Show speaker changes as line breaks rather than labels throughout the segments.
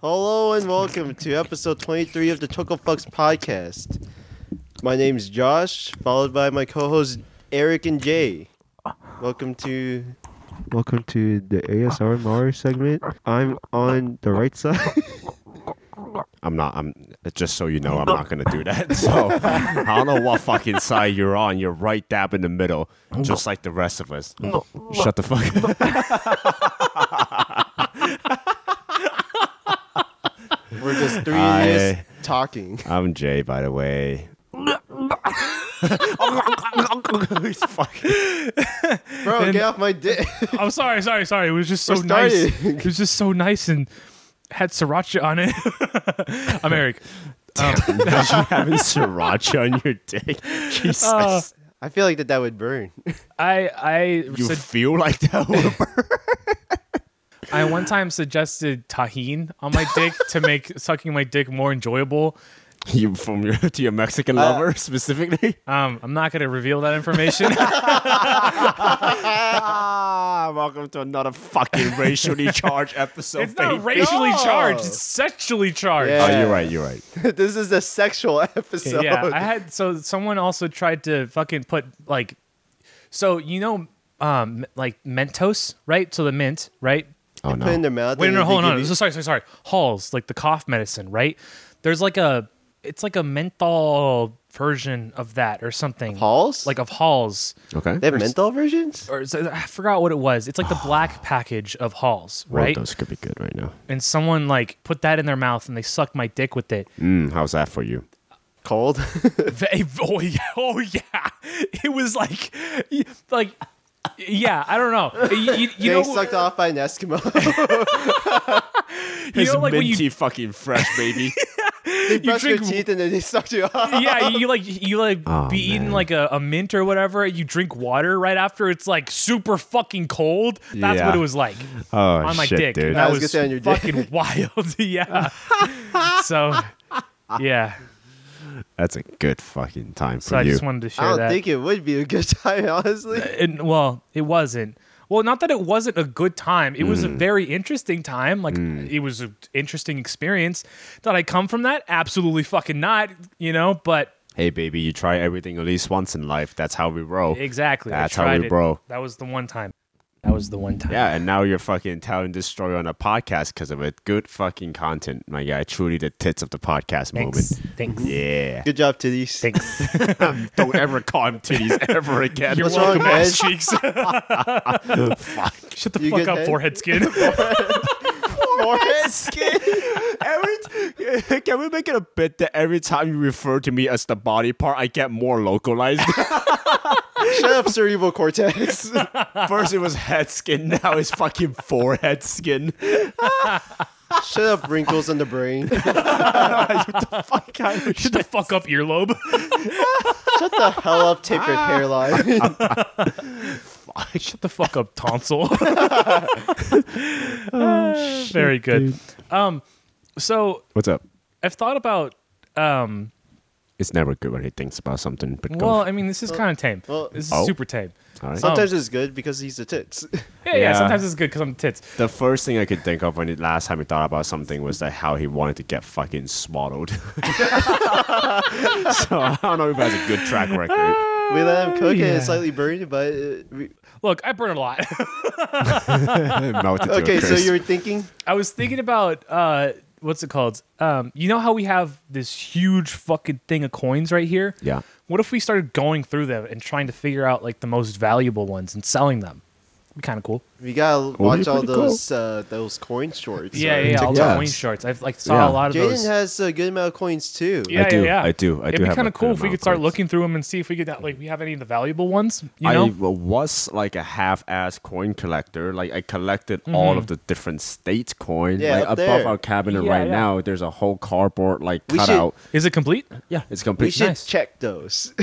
Hello and welcome to episode 23 of the Toco Fucks podcast. My name's Josh, followed by my co-hosts Eric and Jay. Welcome to welcome to the ASR Mars segment. I'm on the right side.
I'm not. I'm just so you know, I'm not gonna do that. So I don't know what fucking side you're on. You're right dab in the middle, just like the rest of us. Shut the fuck. up.
We're just three
I-
idiots talking.
I'm Jay, by the way. He's fucking-
Bro,
And-
get off my dick.
I'm sorry, sorry, sorry. It was just so
We're
nice.
starting.
It was just so nice and had sriracha on it. I'm Eric. Um,
Imagine having sriracha on your dick. Jesus,
Uh,
I feel like that that would burn.
I I
you
sug-
feel like that? Wilbur?
I one time suggested tahine on my dick to make sucking my dick more enjoyable.
you from your to your Mexican lover specifically?
Um, I'm not gonna reveal that information.
Ah, welcome to another fucking racially charged episode.
it's not
baby.
racially
No.
charged. It's sexually charged.
Yeah.
Oh, you're right. You're right.
this is a sexual episode.
Yeah, I had so someone also tried to fucking put like, so you know, um, like Mentos, right? So the mint, right?
Oh
Put it in
no.
their mouth.
Wait,
and
no,
they
hold
give
on.
you-
So sorry, sorry, sorry. Halls, like the cough medicine, right? There's like a, it's like a menthol version of that or something.
Halls?
Like of Halls.
Okay.
They have menthol versions?
Or is it- I forgot what it was. It's like the black package of Halls,
Well,
right?
Those could be good right now.
And someone like put that in their mouth and they sucked my dick with it.
Mm, how's that for you?
Cold.
They- oh yeah, oh yeah. It was like, y- like, yeah. I don't know. You, you, you know,
Getting sucked off by an Eskimo.
you know, like when you
minty fucking fresh, baby.
they brush your
drink-
teeth and then they suck you off.
yeah, you like you like
Oh,
be eating
man.
like a, a mint or whatever. You drink water right after it's like super fucking cold. That's
Yeah.
what it was like
oh
on my
shit,
dick.
dude.
I
That
was
was,
gonna say on your dick.
fucking wild. yeah. so yeah.
That's a good fucking time
So
for
I
you.
just wanted to
I
share
don't
that.
think it would be a good time, honestly.
and, well, it wasn't. Well, not that it wasn't a good time. It
Mm.
was a very interesting time. Like it was an interesting experience. Did I come from that? Absolutely fucking not. You know, but
hey, baby, you try everything at least once in life. That's how we roll.
Exactly. I
That's how
tried
we
it.
roll.
That was the one time. That was the one time.
Yeah, and now you're fucking telling this story on a podcast because of it. Good fucking content, my guy. Truly the tits of the podcast
Thanks.
moment.
Thanks.
Yeah.
Good job, titties.
Thanks.
Don't ever call him titties ever again.
You're
What's wrong,
welcome, ass
Ed?
cheeks. Shut the
You
fuck
good,
up,
Ed?
forehead skin.
Oh,
Forehead skin.
Every, can we make it a bit that every time you refer to me as the body part, I get more localized?
Shut up, cerebral cortex.
First it was head skin, now it's fucking forehead skin.
Shut up, wrinkles on the brain. Shut
Fuck, I-
Shut the fuck up, earlobe.
the hell up, tapered
Ah.
hairline.
Shut the fuck up, tonsil.
Oh,
Uh, very good. Um, so
What's up?
I've thought about. Um,
It's never good when he thinks about something, but go.
well, I mean, this is kind of tame.
well-
this is
Oh.
super tame.
All right.
Sometimes it's good because he's the tits.
Yeah, yeah.
Yeah.
Sometimes it's good because I'm tits.
the first thing I could think of when the last time he thought about something was that how he wanted to get fucking swallowed. so I don't know if that's a good track record.
We let him cook and
Yeah.
it's slightly burned, but uh, we-
Look, I burn a lot.
Melted to a
okay. So
crisp.
you were thinking
I was thinking about uh, what's it called? Um, you know how we have this huge fucking thing of coins right here?
Yeah.
What if we started going through them and trying to figure out like the most valuable ones and selling them? Be kind of cool.
we gotta watch all
pretty cool.
those uh, those coin shorts.
Yeah,
on
yeah, yeah. All the
TikTok.
coin shorts. I've like saw
Yeah.
a lot of
Jaden
those.
has a good amount of coins too.
yeah,
I do,
yeah, yeah.
I do, I
It'd
do
be
have a
kind of
good
cool if we
amount
could
of
start
coins.
looking through them and see if we could that like we have any of the valuable ones. You
I
know?
w- was like a half-ass coin collector. Like I collected all of the different states coin.
Mm-hmm. Yeah,
like
up
above
there.
our cabinet
Yeah,
right
yeah.
now, there's a whole cardboard like
We should-
cutout.
Is it complete?
Yeah, it's
We
complete.
should
nice.
check those.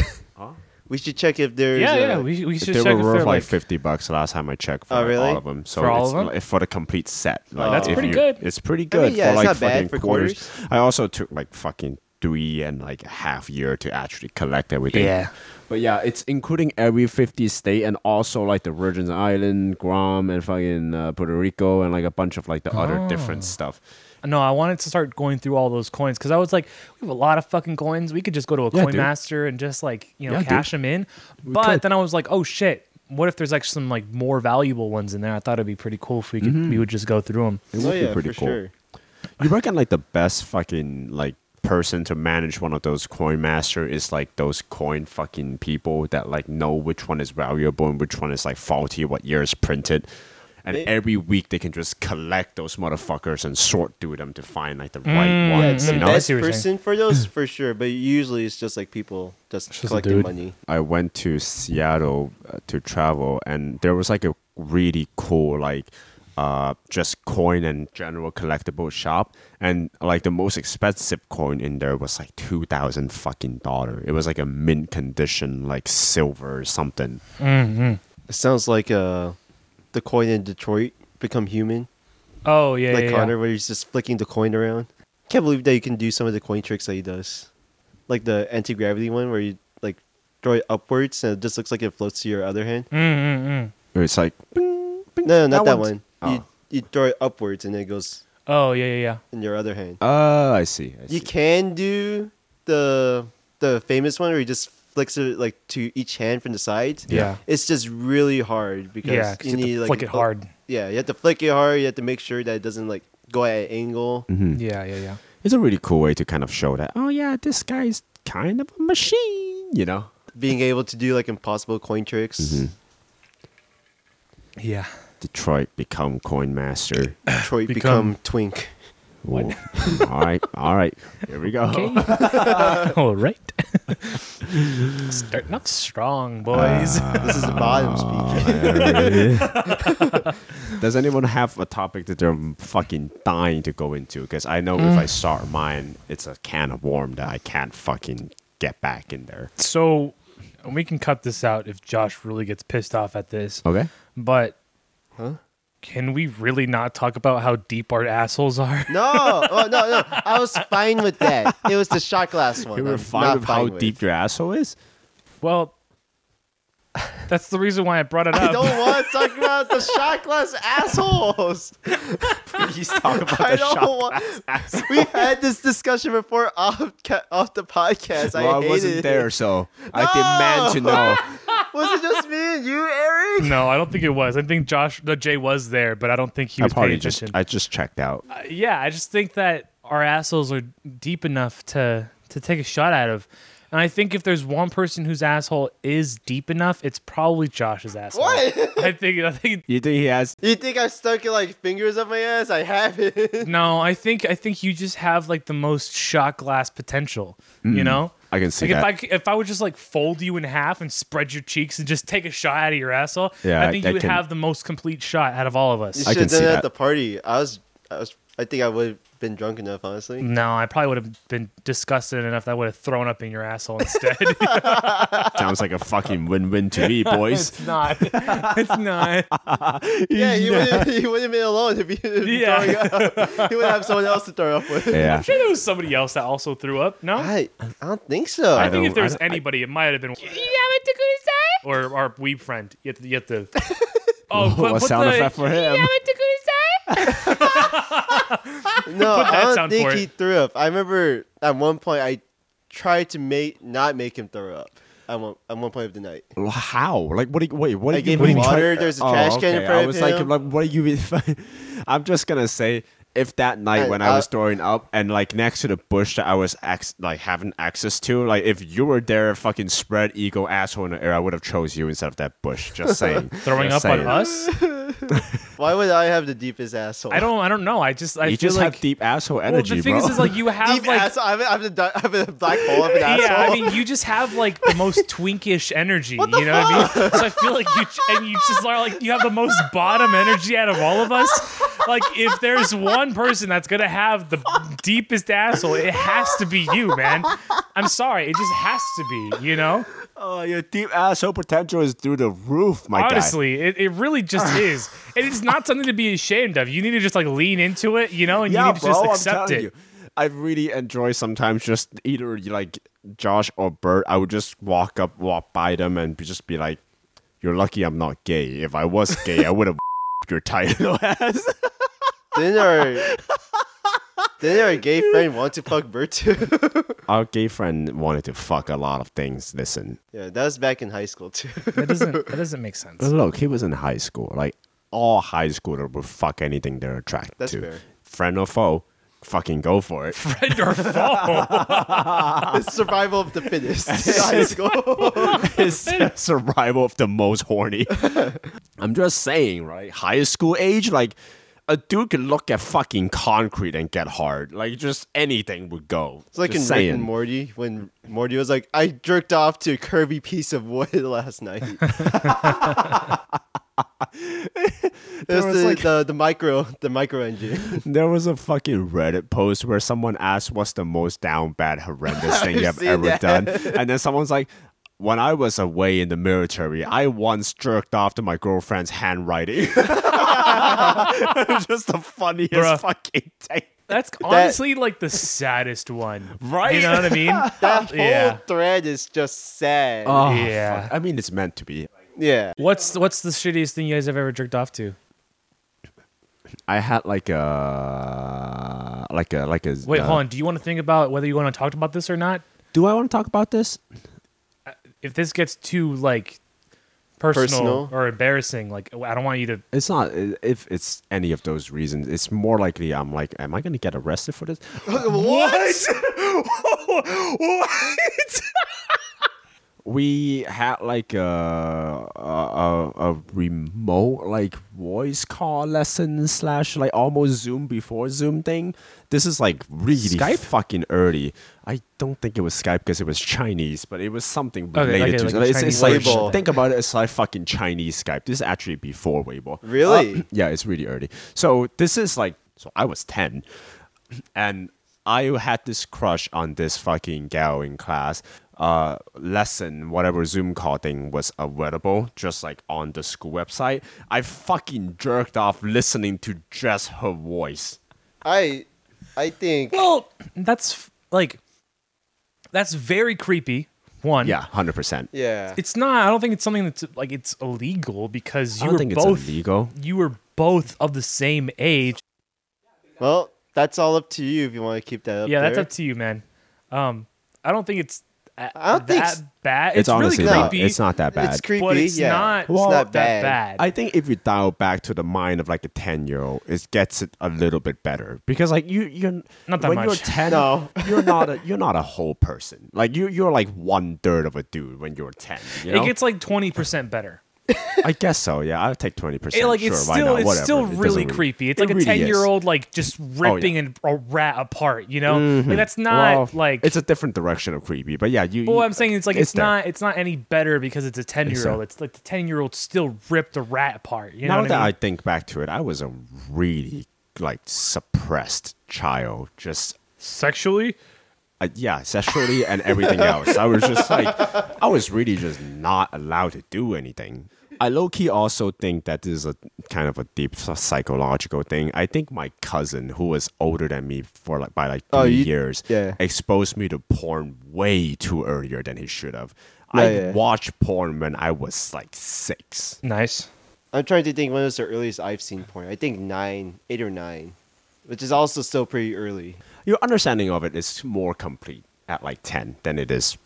we should check if there's
yeah,
a-
yeah. We, we should
they
check
were
if
worth
they're
like,
like.
fifty bucks last time I checked for
Oh,
like,
really?
all of them. So
For all
it's
of them?
like, for the complete set. Like,
That's
if
pretty
you-
good.
It's pretty good.
yeah,
for,
it's
like,
not bad
fucking
for
I also took like fucking three and like a half year to actually collect everything.
Yeah.
But yeah, it's including every fifty state and also like the
Oh.
Virgin Island, Guam, and fucking uh, Puerto Rico, and like a bunch of like the other different stuff.
No, I wanted to start going through all those coins because I was like, we have a lot of fucking coins. We could just go to a
Yeah,
coin
dude.
master and just like you know
Yeah, dude.
cash them in. But
could.
then I was like, oh shit, what if there's like some like more valuable ones in there? I thought it'd be pretty cool if we could
Mm-hmm.
we would just go through them.
It
oh
would
yeah,
be pretty
for
cool.
Mm,
sure.
You reckon like the best fucking like person to manage one of those coin master is like those coin fucking people that like know which one is valuable and which one is like faulty, what year is printed. And
They-
every week they can just collect those motherfuckers and sort through them to find like the right
Yeah,
ones.
it's the
you know?
best
mm, see what you're
person for those for sure. But usually it's just like people just
a
collecting
dude.
money.
I went to Seattle uh, to travel, and there was like a really cool like uh just coin and general collectible shop, and like the most expensive coin in there was like two thousand fucking dollar. It was like a mint condition, like silver or something.
It sounds like uh, the coin in Detroit become human.
Oh yeah,
like
yeah, yeah.
Connor, where he's just flicking the coin around. Can't believe that you can do some of the coin tricks that he does, like the anti gravity one where you like throw it upwards and it just looks like it floats to your other hand.
Mm,
It's like
No, no, not
That
that,
one's-
one. You
Oh.
you throw it upwards and it goes
Oh yeah, yeah, yeah.
in your other hand.
uh, I see. I
you
see.
can do the the famous one where he just flicks it like to each hand from the sides.
Yeah.
It's just really hard because
Yeah, 'cause you have to
need like
flick it
oh,
hard.
Yeah, you have to flick it hard. You have to make sure that it doesn't like go at an angle.
Hmm.
Yeah, yeah, yeah.
It's a really cool way to kind of show that. Oh yeah, this guy's kind of a machine. You know.
Being able to do like impossible coin tricks.
Mm-hmm. Yeah.
Detroit become coin master.
Detroit
Become-
become, twink.
What? all right, all right. Here we go.
All right. Starting off strong, boys.
Uh.
this is the bottom
Ah,
speaking.
Does anyone have a topic that they're fucking dying to go into? Because I know if I
Mm.
start mine, it's a can of worm that I can't fucking get back in there.
so and we can cut this out if Josh really gets pissed off at this.
Okay.
But can we really not talk about how deep our assholes are?
No, oh, no, no. I was fine with that. It was the shot glass one.
You were
I'm
fine
not
with how
fine with.
deep your asshole is?
Well, that's the reason why I brought it
I
up.
don't want to talk about the shot glass assholes.
Please talk about
I don't want. We had this discussion before off ca- off the podcast.
Well, I,
I, hated
wasn't
it.
there, so I demand to know.
Was it just me and you, Eric?
no, I don't think it was. I think Josh, no, Jay was there, but I don't think he
I
was paying
probably just
attention.
I just checked out.
Uh, yeah, I just think that our assholes are deep enough to to take a shot out of. And I think if there's one person whose asshole is deep enough, it's probably Josh's asshole.
What?
I think I think
You think he has?
You think I stuck it like fingers up my ass? I haven't.
No, I think I think you just have like the most shot glass potential. You know,
I can see
like if
that.
I c- if I would just like fold you in half and spread your cheeks and just take a shot out of your asshole,
Yeah,
I think
I- I
you would
can-
have the most complete shot out of all of
You
us.
I
should
can
have
see
done it
that.
at the party. I was, I was, I think I would have been drunk enough,
Mm.
honestly.
no, I probably would have been disgusted enough that I would have thrown up in your asshole instead.
Sounds like a fucking win-win to me, boys.
it's not. It's not.
Yeah, you wouldn't, you wouldn't have been alone if you if you
Yeah.
throwing up. You would have someone else to throw up with.
Yeah.
I'm sure there was somebody else that also threw up. No, I,
I, I don't think so.
I
think
don't-
if there
I
was
don't- I-
anybody, it might have been. Or our weeb friend. You have to. You have to oh, put,
What
put
sound
the,
effect for him?
No,
that
I don't
sound
think
for
he
it.
threw up. I remember at one point I tried to make not make him throw up. At one, at one point of the night,
How? Like, what? Are you, wait, what?
I
Are you,
gave
what
him
are you
water,
trying-
there's a trash can in front
Oh, I
of
was
him.
like, like, what are you? I'm just gonna say, if that night
I-
when I,
I-
was throwing up and like next to the bush that I was ac- like having access to, like if you were there, fucking spread eagle asshole in the air, I would have chose you instead of that bush. Just saying.
throwing up
Just
on
saying.
us.
why would I have the deepest asshole?
I don't. I don't know. I just. I
You
feel
just
like
have deep asshole
well,
energy,
the thing
bro.
is, is like you have
Deep
like.
asshole. I'm, I'm, the, di- I'm the black hole of an asshole.
Yeah, I mean, you just have like the most twinkish energy. You know what I mean? So I feel like you and you just are like you have the most bottom energy out of all of us. Like, if there's one person that's gonna have the deepest asshole, it has to be you, man. I'm sorry, it just has to be. You know,
oh, your deep asshole potential is through the roof, my
honestly, it, it really just is, and it's not something to be ashamed of. You need to just like lean into it, you know, and you need to just accept it.
I really enjoy sometimes just either like Josh or Bert. I would just walk up, walk by them, and be- just be like, "You're lucky I'm not gay. If I was gay, I would have your title ass."
Didn't our Didn't our gay friend want to fuck Bertu?
Our gay friend wanted to fuck a lot of things. Listen,
yeah, that was back in high school too.
That doesn't that doesn't make sense.
look, he was in high school. Like all high schoolers would fuck anything they're attracted
That's
to,
fair.
friend or foe. Fucking go for it.
Friend or foe?
It's survival of the fittest. in high school.
It's survival of the most horny. I'm just saying, right? High school age, like a dude could look at fucking concrete and get hard. Like just anything would go.
It's like
just
in Rick and Morty when Morty was like, "I jerked off to a curvy piece of wood last night." it was,
was
the,
like-
the the micro the micro engine.
There was a fucking Reddit post where someone asked, "What's the most down bad horrendous thing you've
seen
ever
that.
done?" And then someone's like, "When I was away in the military, I once jerked off to my girlfriend's handwriting." it was just the funniest
Bruh.
fucking thing.
That's honestly like the saddest one.
Right?
You know what I mean?
That whole
Yeah.
thread is just sad.
Uh.
Yeah.
Oh, fuck. I mean, it's meant to be.
yeah,
What's what's the shittiest thing you guys have ever jerked off to?
I had like a like a like a.
Wait,
uh,
hold on. Do you want to think about whether you want to talk about this or not?
Do I want to talk about this?
If this gets too like personal,
Personal?
or embarrassing, like I don't want you to.
It's not i- if it's any of those reasons. It's more likely I'm like, am I gonna get arrested for this? what? what? we had like a, a a a remote like voice call lesson slash like almost Zoom before Zoom thing. This is like really
Skype?
fucking early. I don't think it was Skype because it was Chinese, but it was something
Okay,
related
okay,
to.
like a
like, it's,
Chinese
it's like
version.
think about it. It's like fucking Chinese Skype. This is actually before Weibo.
Really?
Uh, yeah, it's really early. So this is like, so I was 10 and I had this crush on this fucking gal in class. Uh, lesson, whatever Zoom call thing was available, just like on the school website. I fucking jerked off listening to just her voice.
I I think
Well, that's f- like that's very creepy. One.
Yeah, 100%.
yeah.
It's not. I don't think it's something that's like it's illegal because
I
you
don't
were
think
both.
it's illegal.
You were both of the same age.
well, that's all up to you if you want to keep that up.
yeah, that's
there.
up to you, man. Um, I don't think it's. I
don't think
that
it's-
bad.
It's,
It's, really
honestly
creepy.
not. It's not that bad.
It's creepy.
But it's
yeah.
not.
It's not
that
bad.
bad.
I think if you dial back to the mind of like a ten year old, it gets it a little bit better because like you you're
Not that
when you're
much.
ten,
No.
you're not a you're not a whole person. Like you you're like one third of a dude when you're ten. You know?
It gets like twenty percent better.
I guess so. Yeah, I'll take twenty percent.
It, like it's
sure, why
still
not?
it's
Whatever.
still
It doesn't
really
really-
creepy. It's
it
like a
really
ten year
is. Oh,
old like just
yeah. Mm-hmm.
ripping an a rat apart. You know, like that's not
Well,
like.
it's a different direction of creepy, but yeah, you.
but
you-
what I'm saying is like it's,
there.
not it's not any better because it's a ten year
so.
old. It's like the ten year old still ripped the rat apart. You know
now
what
that
I
I
mean?
think back to it, I was a really like suppressed child. Just
Sexually,
uh, yeah, sexually and everything else. I was just like, I was really just not allowed to do anything. I low key also think that this is a kind of a deep s- psychological thing. I think my cousin, who was older than me for like by like three
Oh, you-
years,
yeah.
exposed me to porn way too earlier than he should have.
Yeah,
I
yeah.
watched porn when I was like six.
nice.
I'm trying to think when was the earliest I've seen porn. I think nine, eight or nine, which is also still pretty early.
Your understanding of it is more complete at like ten than it is.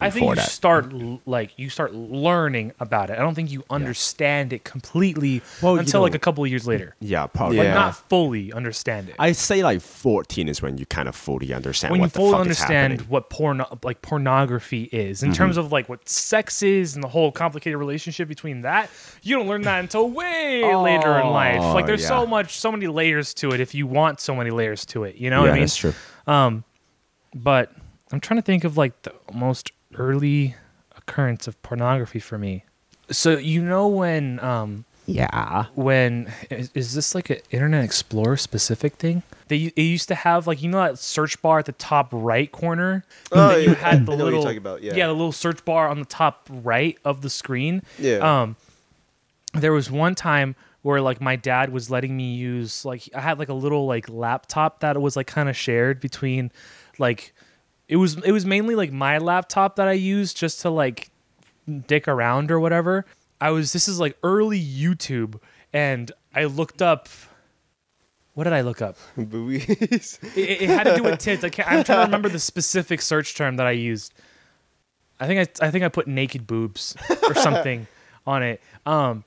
I think you
before that.
start l- like you start learning about it. I don't think you understand it completely
Well, you
until like
know-
a couple of years later.
Yeah, probably.
Like,
Like
Yeah.
not fully understand it.
I say like 14 is when you kind of fully understand
when you
what the
fully
fuck
understand
is happening. Mm-hmm.
what porn like pornography is in terms of like what sex is and the whole complicated relationship between that you don't learn that until way later in life
Oh,
like there's
yeah.
so much so many layers to it if you want so many layers to it you know what i mean
true.
but i'm trying to think of like the most early occurrence of pornography for me so you know when um
Yeah.
when is, is this like an internet explorer specific thing they u- it used to have like you know that search bar at the top right corner
Oh,
That you
yeah.
had the
I know what you're
little
talking about, yeah.
the little search bar on the top right of the screen
Yeah.
um there was one time where like my dad was letting me use like I had like a little like laptop that was like kind of shared between like it was it was mainly like my laptop that I used just to like dick around or whatever. I was this is like early YouTube and I looked up What did I look up?
Buoys.
It, it- it had to do with tits. I can't, I'm trying to remember the specific search term that I used. I think I, I think I put naked boobs or something on it. Um,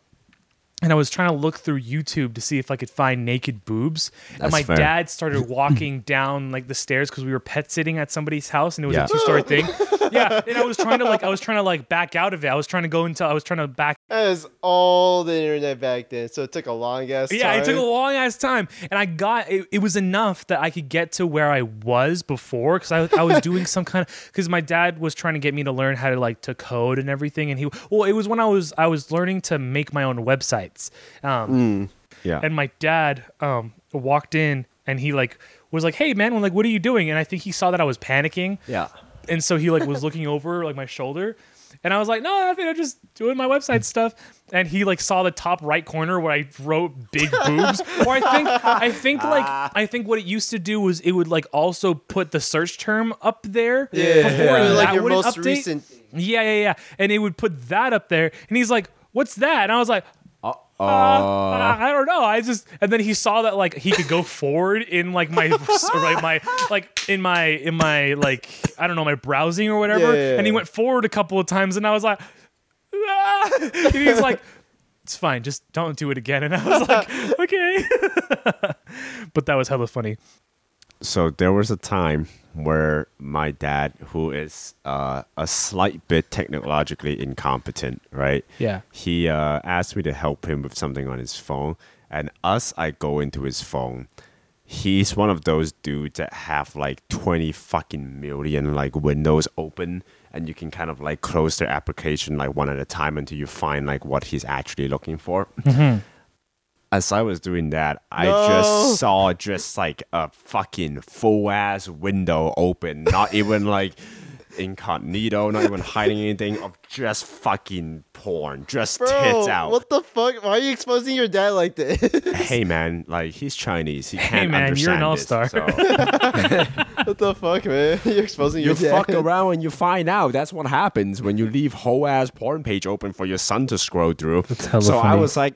and I was trying to look through YouTube to see if I could find naked boobs. and
That's
my
fair.
dad started walking down like the stairs because we were pet sitting at somebody's house and it was
Yeah.
a two story thing. Yeah, and I was trying to like I was trying to like back out of it. I was trying to go into I was trying to back
That is all the internet back then, so it took a long ass
yeah,
time.
it took a long ass time, and I got it, it. was enough that I could get to where I was before because I, I was doing some kind of because my dad was trying to get me to learn how to like to code and everything, and he well, it was when I was I was learning to make my own websites, um,
Yeah.
and my dad um walked in and he like was like, hey man, like what are you doing? And I think he saw that I was panicking,
yeah.
and so he like was looking over like my shoulder and i was like no i think i'm just doing my website stuff and he like saw the top right corner where i wrote big boobs or i think i think like i think what it used to do was it would like also put the search term up there
Yeah,
before
yeah. like
that
your
would
most
update.
recent.
yeah yeah yeah and it would put that up there and he's like what's that and i was like uh, I don't know. I just and then he saw that like he could go forward in like my right my like in my in my like I don't know my browsing or
Yeah,
whatever,
yeah, yeah.
and he went forward a couple of times, and I was like, ah! and he's like, it's fine, just don't do it again, and I was like, okay, but that was hella funny.
So there was a time where my dad, who is uh, a slight bit technologically incompetent, right?
Yeah.
He uh, asked me to help him with something on his phone, and us, I go into his phone. He's one of those dudes that have like twenty fucking million like windows open, and you can kind of like close their application like one at a time until you find like what he's actually looking for as I was doing that, I
No.
just saw just like a fucking full ass window open, not even like incognito, not even hiding anything of just fucking porn, just
Bro,
tits out.
what the fuck? Why are you exposing your dad like this?
hey man, like he's Chinese, he can't
man, you're
understand
an
this,
all-star.
so-
what the fuck, man? You're exposing
you
your dad.
fuck around and you find out. That's what happens when you leave whole ass porn page open for your son to scroll through. So
hella
I
funny.
was like,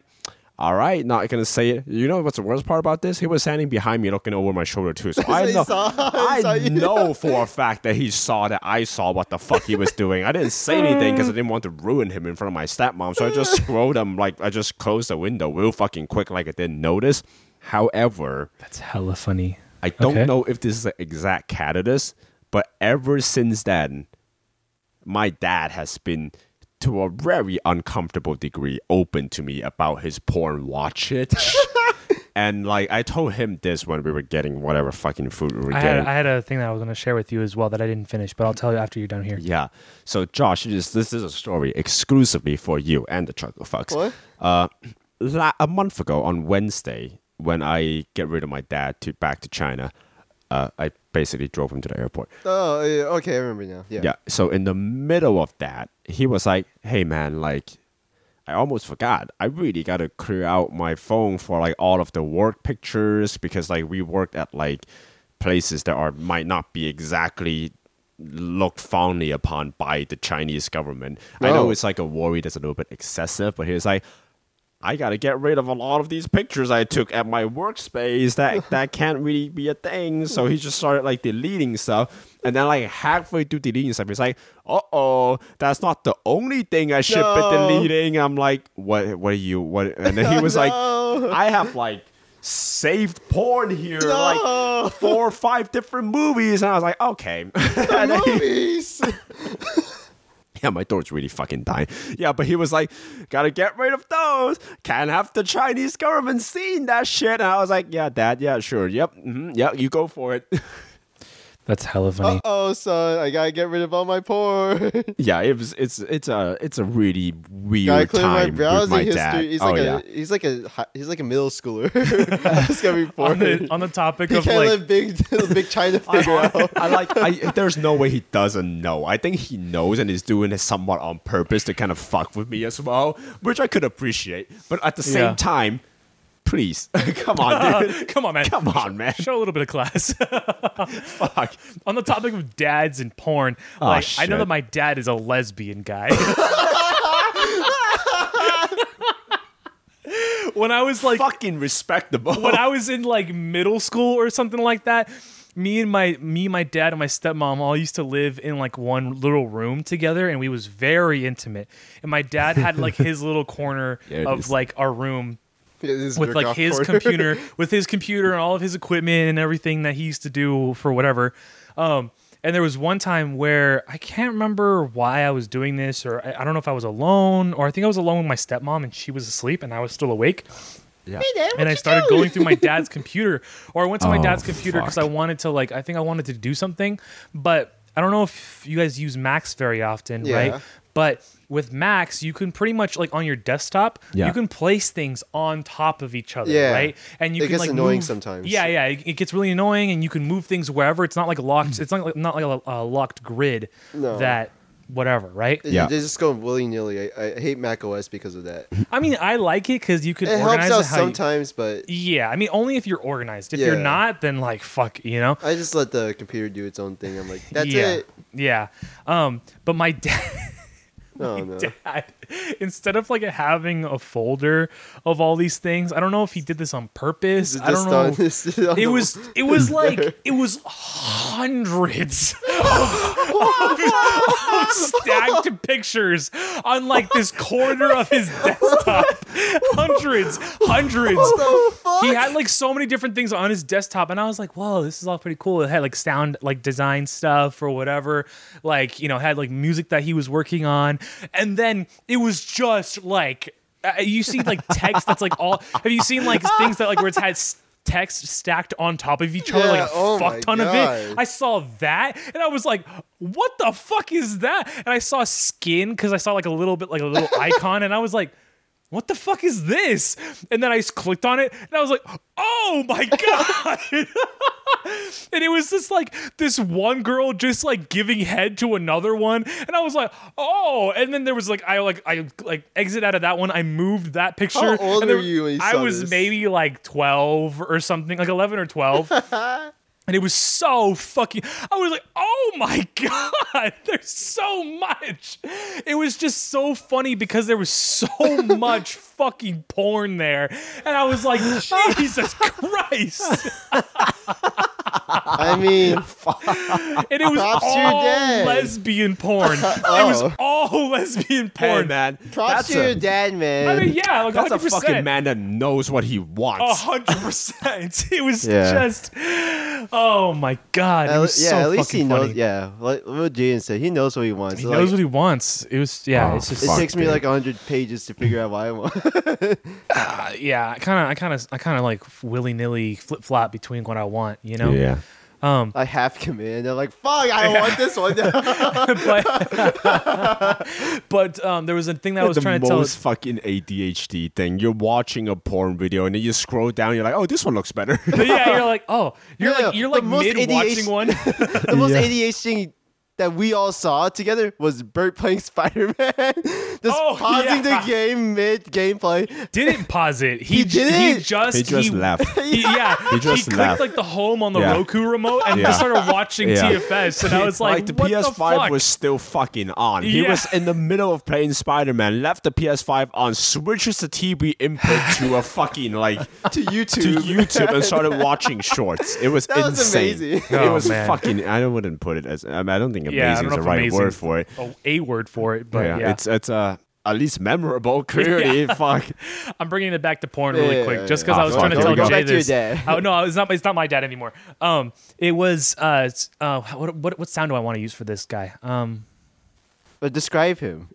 all right, not gonna say it. You know what's the worst part about this? He was standing behind me, looking over my shoulder too. So I
he
know,
saw- he saw
I
you.
know for a fact that he saw that I saw what the fuck he was doing. I didn't say anything because I didn't want to ruin him in front of my stepmom. So I just scrolled him like I just closed the window real fucking quick, like I didn't notice. However,
That's hella funny.
I don't
Okay.
know if this is the exact catalyst, but ever since then, my dad has been to a very uncomfortable degree open to me about his porn watch it. and like I told him this when we were getting whatever fucking food we were
I had,
getting.
I had a thing that I was going to share with you as well that I didn't finish, but I'll tell you after you're done here.
yeah. So Josh, it is- this is a story exclusively for you and the Choco Fucks. Uh,
What?
la- a month ago on Wednesday, when I get rid of my dad to back to China, uh, I basically drove him to the airport.
Oh, yeah, okay, I remember now. Yeah.
Yeah. So in the middle of that, he was like, "Hey man, like, I almost forgot. I really gotta clear out my phone for like all of the work pictures because like we worked at like places that are might not be exactly looked fondly upon by the Chinese government. I know
Oh.
it's like a worry that's a little bit excessive, but he was like. I gotta get rid of a lot of these pictures I took at my workspace. That that can't really be a thing. So he just started like deleting stuff, and then like halfway through deleting stuff, he's like, "Uh oh, that's not the only thing I should be
No.
deleting." I'm like, "What? What are you? What?" And then he was
No.
like, "I have like." Saved porn here,
No.
like four or five different movies, and I was like, okay. And then he-
Movies.
yeah, my throat's really fucking dying. Yeah, but he was like, gotta get rid of those. Can't have the Chinese government seeing that shit. And I was like, yeah, dad, yeah, sure. Yep. hmm yeah, you go for it.
That's hella funny.
oh, son, I gotta get rid of all my porn.
yeah, it was, it's it's a it's a really weird
gotta clear
time
my browsing
with my
history.
dad.
He's
oh
like a
yeah.
he's like a hi- he's like a middle schooler discovering
on,
porn.
the, on the topic
he
of
can't
like
let big big China figure
I,
out.
I like. I, there's no way he doesn't know. I think he knows and is doing it somewhat on purpose to kind of fuck with me as well, which I could appreciate. But at the same
Yeah.
time, please, come on, dude,
Come on, man.
come on, man,
Show a little bit of class.
fuck.
on the topic of dads and porn,
Oh,
like I
shit.
know that my dad is a lesbian guy. when I was like
fucking respectable.
when I was in like middle school or something like that, me and my me, my dad, and my stepmom all used to live in like one little room together, and we was very intimate. And my dad had like his little corner
Yeah, it
of
is.
like our room
This is
with like
jerk-off
his
corner.
computer with his computer and all of his equipment and everything that he used to do for whatever um and there was one time where I can't remember why I was doing this, or I, I don't know if I was alone, or I think I was alone with my stepmom and she was asleep and I was still awake
yeah.
and I started going through my dad's computer, or I went to my
Oh,
dad's computer because I
fuck.
wanted to like I think I wanted to do something, but I don't know if you guys use Macs very often,
Yeah.
right? But with Macs, you can pretty much like on your desktop,
Yeah.
you can place things on top of each other,
Yeah.
right? And you
It
can
gets
like
annoying
move-
sometimes.
Yeah, yeah, it, it gets really annoying, and you can move things wherever. It's not like a locked. It's not like, not like a, a locked grid
No.
that whatever, right?
They-
Yeah. Mm-hmm.
They just go willy nilly. I, I hate Mac OS because of that. It
I mean, I like it because you can
helps
organize
out
it how you-
sometimes, but
yeah, I mean, only if you're organized. If you're
Yeah.
not, then like fuck, you know.
I just let the computer do its own thing. I'm like, that's
yeah.
it.
Yeah. Um, but my dad,
Oh no.
dad, instead of like having a folder of all these things, I don't know if he did this on
Is
purpose.
it
I don't
just
know.
on- is it on
it
the-
was it was like it was hundreds of, of- of stacked pictures on like this corner of his desktop. Hundreds, hundreds,
What the fuck?
he had like so many different things on his desktop, and I was like, "Whoa, this is all pretty cool." It had like sound, like design stuff or whatever, like you know, had like music that he was working on, and then it was just like uh, you see like text that's like all. Have you seen like things that like where it's had s- text stacked on top of each other,
Yeah,
like a
oh my
fuck ton of
God.
it? I saw that, and I was like, "What the fuck is that?" And I saw skin because I saw like a little bit, like a little icon, and I was like what the fuck is this? And then I just clicked on it and I was like, oh my God. and it was just like this one girl just like giving head to another one. And I was like, oh. And then there was like, I like, I like exit out of that one. I moved that picture.
old
and there-
were you when you
I
saw
was
this?
maybe like 12 or something, like 11 or 12. And it was so fucking. I was like, oh my God, there's so much. It was just so funny because there was so much fucking porn there. And I was like, Jesus Christ.
I mean,
And it was
Props to your Oh.
all
dad.
lesbian porn. It was all lesbian
Hey
porn.
man,
props
that's
to your
a
dad,
I
man.
mean, yeah, like
that's
100%.
a fucking man that knows what he
A
wants.
hundred percent. It was
Yeah.
just, oh my god! It
At-
was
yeah,
so
at least he
fucking
knows.
funny.
Yeah, like what Jaden said, he knows what he wants.
He
Like,
knows what he wants. It was yeah.
Oh,
it's just
it
Fuck,
takes me
dude.
like hundred pages to figure out what I want.
yeah, I kind of, I kind of, I kind of like willy nilly flip flop between what I want, you know.
Yeah.
Um,
I half command. I'm like, fuck, I don't want this one.
but but um, there was a thing that I was
the
trying to tell.
most fucking ADHD thing. You're watching a porn video and then you scroll down. You're like, oh, this one looks better.
But yeah, you're like, oh, you're
No,
like,
no,
you're
the
like
most
mid watching
ADHD
one.
the most
Yeah.
ADHD thing that we all saw together was Bert playing Spider Man, just
Oh,
pausing
yeah.
the game mid gameplay.
didn't pause it. He,
He
j- He
didn't.
just
He just left.
he- yeah,
He just
clicked
left.
like the home on the
Yeah.
Roku remote and
Yeah.
just started watching
Yeah.
TFS, and I was like,
the
what
PS5
the fuck?
was still fucking on. He
Yeah.
was in the middle of playing Spider Man, left the PS5 on, switches the TV input to a fucking like
To YouTube,
to YouTube and started watching shorts. It was
That was
insane.
amazing.
it
Oh,
was
man.
fucking. I don't- wouldn't put it as. I, mean, I don't think amazing
yeah, I don't
is
know
the
if
right
amazing
word
is
for it.
a- a word for it, but yeah,
Yeah, it's it's uh, at least memorable. Clearly, fuck.
I'm bringing it back to porn really
Yeah,
quick,
yeah,
just
yeah.
because I
Oh,
was
fuck,
trying to
here
tell
we go.
Jay
Back to your
this.
dad.
Oh no, it's not. It's not my dad anymore. Um, it was. Uh, it's, uh, what, what what sound do I want to use for this guy? Um,
but describe him.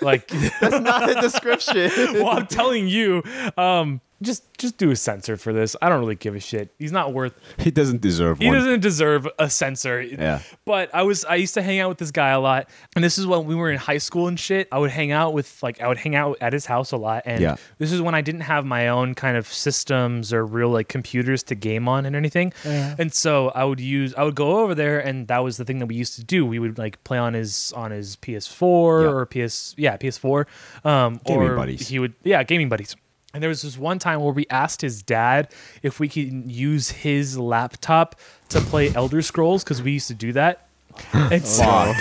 like,
That's not a description.
well, I'm telling you, um, just just do a censor for this. I don't really give a shit. He's not worth.
He doesn't deserve
He
one.
doesn't deserve a censor.
Yeah.
But I was I used to hang out with this guy a lot, and this is when we were in high school and shit. I would hang out with like I would hang out at his house a lot, and
Yeah.
this is when I didn't have my own kind of systems or real like computers to game on and anything. And so I would use I would go over there, and that was the thing that we used to do. We would like play on his on his PS4
Yeah.
or PS yeah PS4, um,
Gaming
or
buddies.
he would yeah gaming buddies. And there was this one time where we asked his dad if we could use his laptop to play Elder Scrolls because we used to do that It's
Fuck.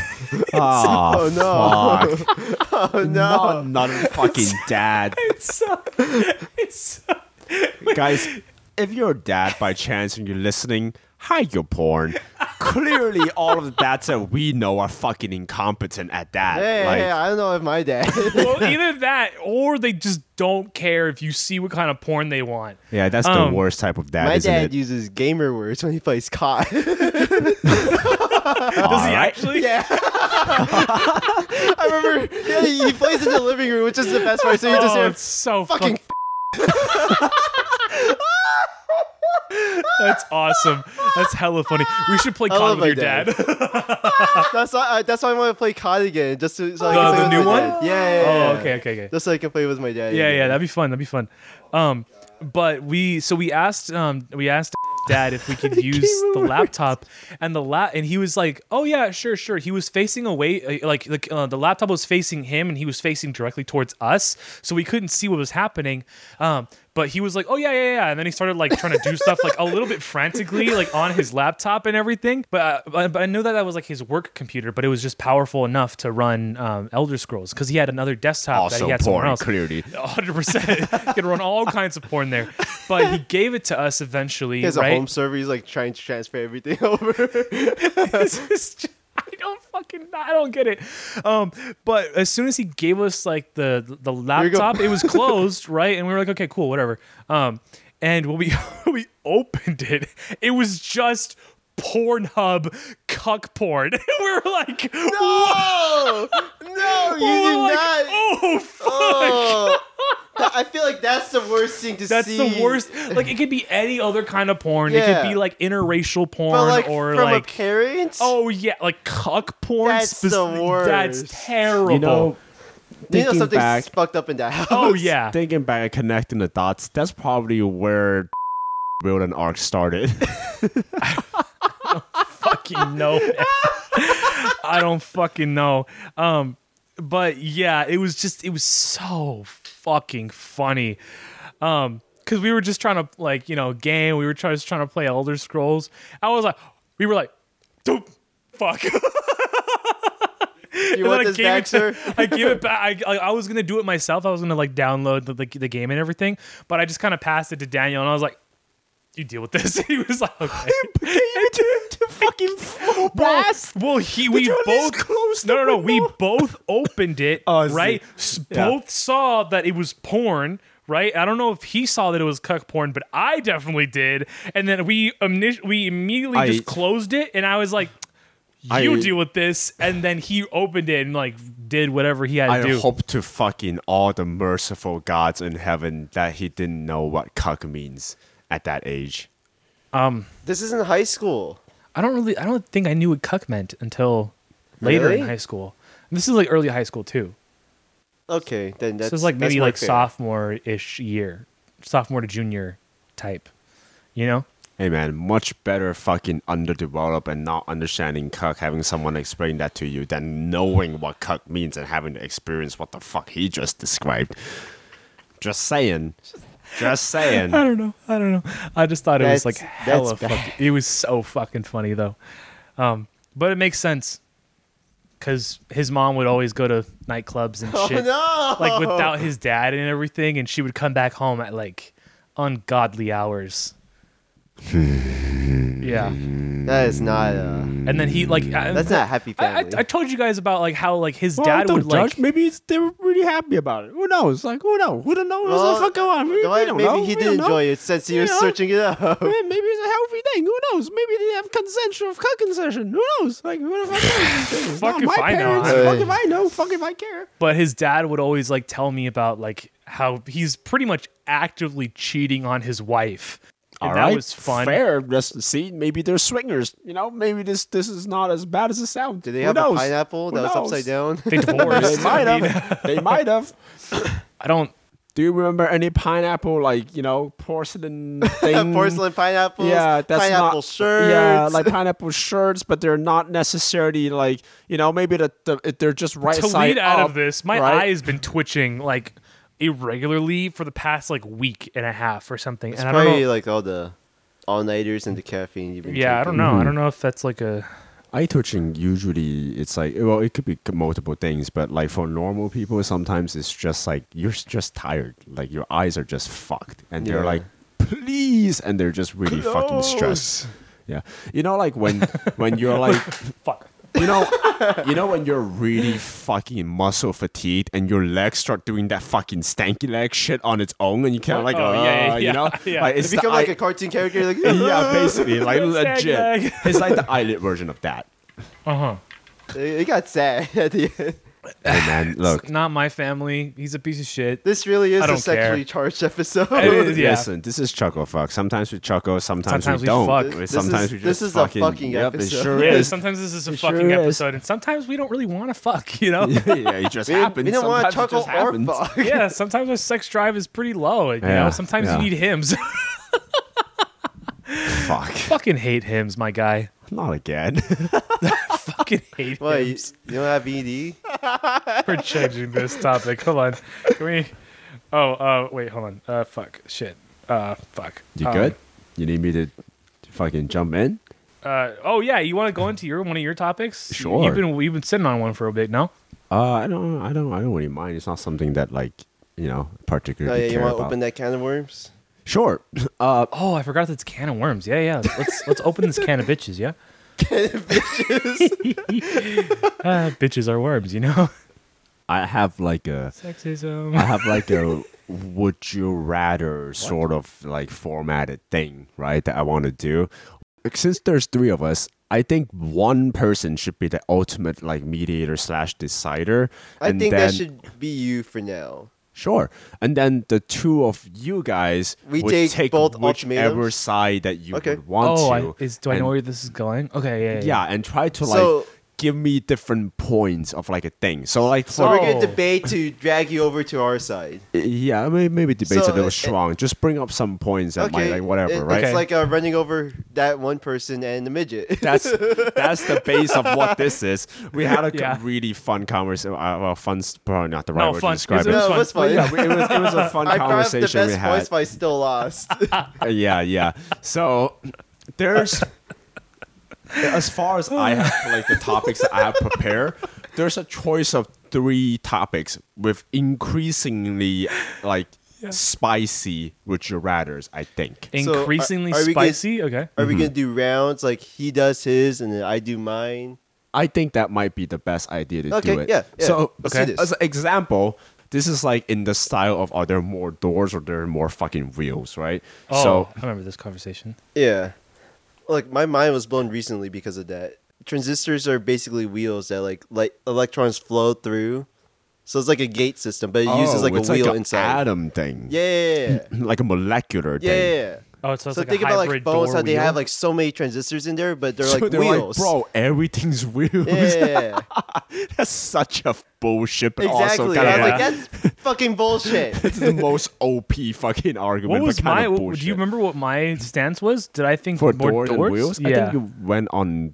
Oh,
Oh,
no.
fuck. No, not a fucking dad.
it's so, it's so,
Guys, if you're a dad by chance and you're listening, hide your porn. Clearly, all of the dads that we know are fucking incompetent at that.
Hey,
like,
hey, I don't know if my dad.
well, either that or they just don't care if you see what kind of porn they want.
yeah, that's
Um,
the worst type of dad,
my
isn't
dad
it?
uses gamer words when he plays COD.
Does he
Alright.
actually?
Yeah. I remember yeah, he he plays in the living room, which is the best part. So you just
Oh,
hear
it's so
fucking
fuck- That's awesome. That's hella funny. We should play COD
love
with your
my
dad.
dad. that's why I, that's why I want to play COD again, just to, so I
The-
can play
the
with
new
my
one?
dad. Yeah, yeah, yeah.
oh, okay, okay, okay.
Just so I can play with my dad.
Yeah,
again.
yeah, that'd be fun. That'd be fun. Um, but we so we asked um we asked dad if we could use the laptop and the lap and he was like, "Oh yeah, sure, sure." He was facing away uh, like the uh, the laptop was facing him and he was facing directly towards us, so we couldn't see what was happening. Um but he was like, "Oh yeah, yeah, yeah," and then he started like trying to do stuff like a little bit frantically, like on his laptop and everything. But uh, but- but I know that that was like his work computer, but it was just powerful enough to run um, Elder Scrolls because he had another desktop that
Also,
he had somewhere
porn,
else.
clearly.
100%. you can run all kinds of porn there. But he gave it to us eventually,
He has
right?
a home server. He's like trying to transfer everything over.
It's just- I don't fucking I don't get it. Um, but as soon as he gave us like the the
you go.
laptop, it was closed, right? And we were like, okay, cool, whatever. Um, and when we we opened it, it was just Pornhub cuck porn. we were like,
no, no, you
we were
did not.
like, oh fuck.
Oh. Th- I feel like that's the worst thing to
That's
see.
the worst. Like it could be any other kind of porn. It could
Yeah.
be like interracial porn
But like
or
from
like
a parent,
oh yeah, like cuck porn.
That's the worst.
That's terrible.
You know,
you know
thinking
something's
back,
fucked up in that house.
oh yeah.
thinking back and connecting the dots, that's probably where Build an Arc started.
fucking know. man. I don't fucking know. Um, but yeah, it was just it was so fucking funny. Um, because we were just trying to like you know game. We were try- just trying to play Elder Scrolls. I was like, we were like, dope, fuck.
you
And
want
then
this back,
I gave
sir?
it to, I gave it back. I, I, I was gonna do it myself. I was gonna like download the, the, the game and everything, but I just kind of passed it to Daniel, and I was like, "You deal with this." he was like, "Okay."
fucking full
Well, well, he we
you at least
both
close the
no no no we
window?
both opened it
Oh, I see.
right S-
Yeah.
both saw that it was porn right I don't know if he saw that it was cuck porn but I definitely did and then we omni- we immediately
I-
just closed it and I was like you
I-
deal with this and then he opened it and like did whatever he had
I
to do
hope to fucking all the merciful gods in heaven that he didn't know what cuck means at that age.
This isn't high school.
I don't really I don't think I knew what cuck meant until later
Really?
in high school And this is like early high school too
Okay, then that's
so it's like
that's
maybe
more
like
fair.
sophomore ish year, sophomore to junior type, you know?
Hey man, much better fucking underdeveloped and not understanding cuck, having someone explain that to you than knowing what cuck means and having to experience what the fuck he just described. Just saying. Just saying.
I don't know. I don't know. I just thought it was
That's-
like
that's
hella
bad.
fucking. It was so fucking funny though, um, but it makes sense because his mom would always go to nightclubs and
Oh
shit,
no!
like
Oh.
without his dad and everything, and she would come back home at like ungodly hours. yeah.
that is not. Uh,
and then he like I,
that's not a happy
I, I,
family.
I told you guys about like how like his
Well,
dad
don't
would like
judge. Maybe it's, they were really happy about it. Who knows? Like, who knows? Who don't know what's
Well,
the fuck going on? We,
you know
we
what?
don't
maybe
know.
he
We
did
don't know.
enjoy it since he was
Yeah.
searching it up.
Yeah, Eh, maybe it's a healthy thing. Who knows? Maybe they have consensual cucking session. Who knows? Like, who the fuck knows?
Fuck if I know.
I-
Fuck if I know. Fuck if I care.
but his dad would always like tell me about like how he's pretty much actively cheating on his wife. And that was fun.
Fair. Just see, maybe they're swingers. You know, maybe this this is not as bad as it sounds.
Did they have a pineapple that was upside down?
They divorced.
They might
I, mean,
have. they might have.
I don't.
Do you remember any pineapple, like you know, porcelain thing?
Porcelain pineapples.
Yeah, that's
pineapple
not,
shirts.
Yeah, like pineapple shirts, but they're not necessarily like you know maybe the, the it- they're just right
To
side
lead out
up,
of this, my
right?
eye has been twitching like irregularly for the past like week and a half or something. and I don't
probably
know.
like all the all nighters and the caffeine you've been
yeah, I don't
drinking.
Hmm.
know. I don't know if that's like a
Eye twitching usually it's like well it could be c- multiple things, but like for normal people sometimes it's just like you're s- just tired, like your eyes are just fucked, and they're
Yeah.
like please, and they're just really fucking stressed. Yeah, you know like when when you're like
Fuck.
you know you know when you're really fucking muscle fatigued and your legs start doing that fucking stanky leg shit on its own, and you can't like
Oh, yeah,
uh,
yeah,
you know
yeah.
like
You
it's
You become
the
like
eye-
a cartoon character. Like
yeah, basically, like
It's that
legit.
guy.
It's like the eyelid version of that.
Uh huh.
it got sad at the end.
Hey man, look.
Not my family. He's a piece of shit.
This really is
I
a
don't care.
sexually charged episode.
It is. Yeah.
Listen, this is chuckle fuck. Sometimes we chuckle, sometimes,
Sometimes
we
we
don't.
fuck.
This
sometimes
is-
we just
this is a
fucking,
fucking
yep, it
episode.
sure
Yeah,
is.
sometimes this is a
It sure
fucking
is.
episode, and sometimes we don't really want to fuck, you know?
yeah, it just
we,
happens.
we don't want to
Sometimes it
chuckle
just
or
happens.
fuck.
yeah, sometimes our sex drive is pretty low. You
Yeah,
know, sometimes
yeah.
you need hymns.
Fuck.
fucking hate hymns, my guy.
Not again.
Fucking hate
What, you,
hymns.
you don't have E ED?
We're changing this topic. Hold on. Can we? Oh, uh, wait. Hold on. Uh, fuck. Shit. Uh, fuck.
you
Um,
good? You need me to to fucking jump in?
Uh, oh yeah. You want to go into your one of your topics?
Sure.
You've been you've been sitting on one for a bit. No.
Uh, I don't. I don't. I don't really mind. It's not something that like you know
Oh,
particularly
yeah, you
care
want to
about.
open that can of worms?
Sure. Uh,
Oh, I forgot that's can of worms. Yeah, yeah. Let's let's open this can of bitches. Yeah. Can of bitches. uh, bitches are worms, you know.
I have like a. I
Sexism.
have like a would you rather sort of like formatted thing, right? That I want to do. Since there's three of us, I think one person should be the ultimate like mediator slash decider.
I
and
think
then,
that should be you for now.
sure. And then the two of you guys
We
would
take both
whichever
ultimatums?
side that you
Okay.
would want
Oh, I,
to.
is do I
and-
know where this is going? Okay. Yeah. Yeah.
yeah, and try to like
So-
give me different points of like a thing. So like
So
for
we're going
Oh.
to debate to drag you over to our side.
Yeah, I mean, maybe debate's
So,
a little
uh,
strong. Just bring up some points that might, like, whatever,
it-
right?
It's like uh, running over that one person and the midget.
that's that's the base of what this is. We had a
Yeah.
really fun conversation. Uh, well, fun's probably not the right
No,
word
fun.
to describe
It
it.
was
no,
fun.
it was
But
fun.
yeah, we- it was, it was a fun
I grabbed the
conversation we
best
had.
voice, but I still lost.
Uh, yeah, yeah. So there's as far as I have like the topics that I have prepared, there's a choice of three topics with increasingly like spicy would you rather's, I think.
So, are-
Increasingly
are we gonna-
spicy. okay.
Are we going to do rounds like he does his and then I do mine?
I think that might be the best idea to do
Okay,
it.
yeah, yeah.
So
Let's
do
okay,
this.
as an example, this is like in the style of are there more doors or there are more fucking wheels, right?
Oh,
So
I remember this conversation.
Yeah. Like my mind was blown recently because of that. Transistors are basically wheels that like like electrons flow through. So it's like a gate system, but it uses
Oh,
like a
it's
wheel
an
inside.
atom thing.
Yeah.
Like a molecular
Yeah.
thing.
yeah.
Oh, so it's
So
like
think
a
about
hybrid
like phones,
door
how they
wheel?
have like so many transistors in there, but they're
So
like
they're
wheels.
like, bro, everything's wheels.
Yeah.
that's such a bullshit, but also
exactly.
kind
I was
of
like,
like,
that's fucking bullshit.
it's the most OP fucking argument.
What
but
was
kind
my?
of
Do
bullshit.
you remember what my stance was? Did I think
for
more
doors, and wheels?
Yeah.
I think you went on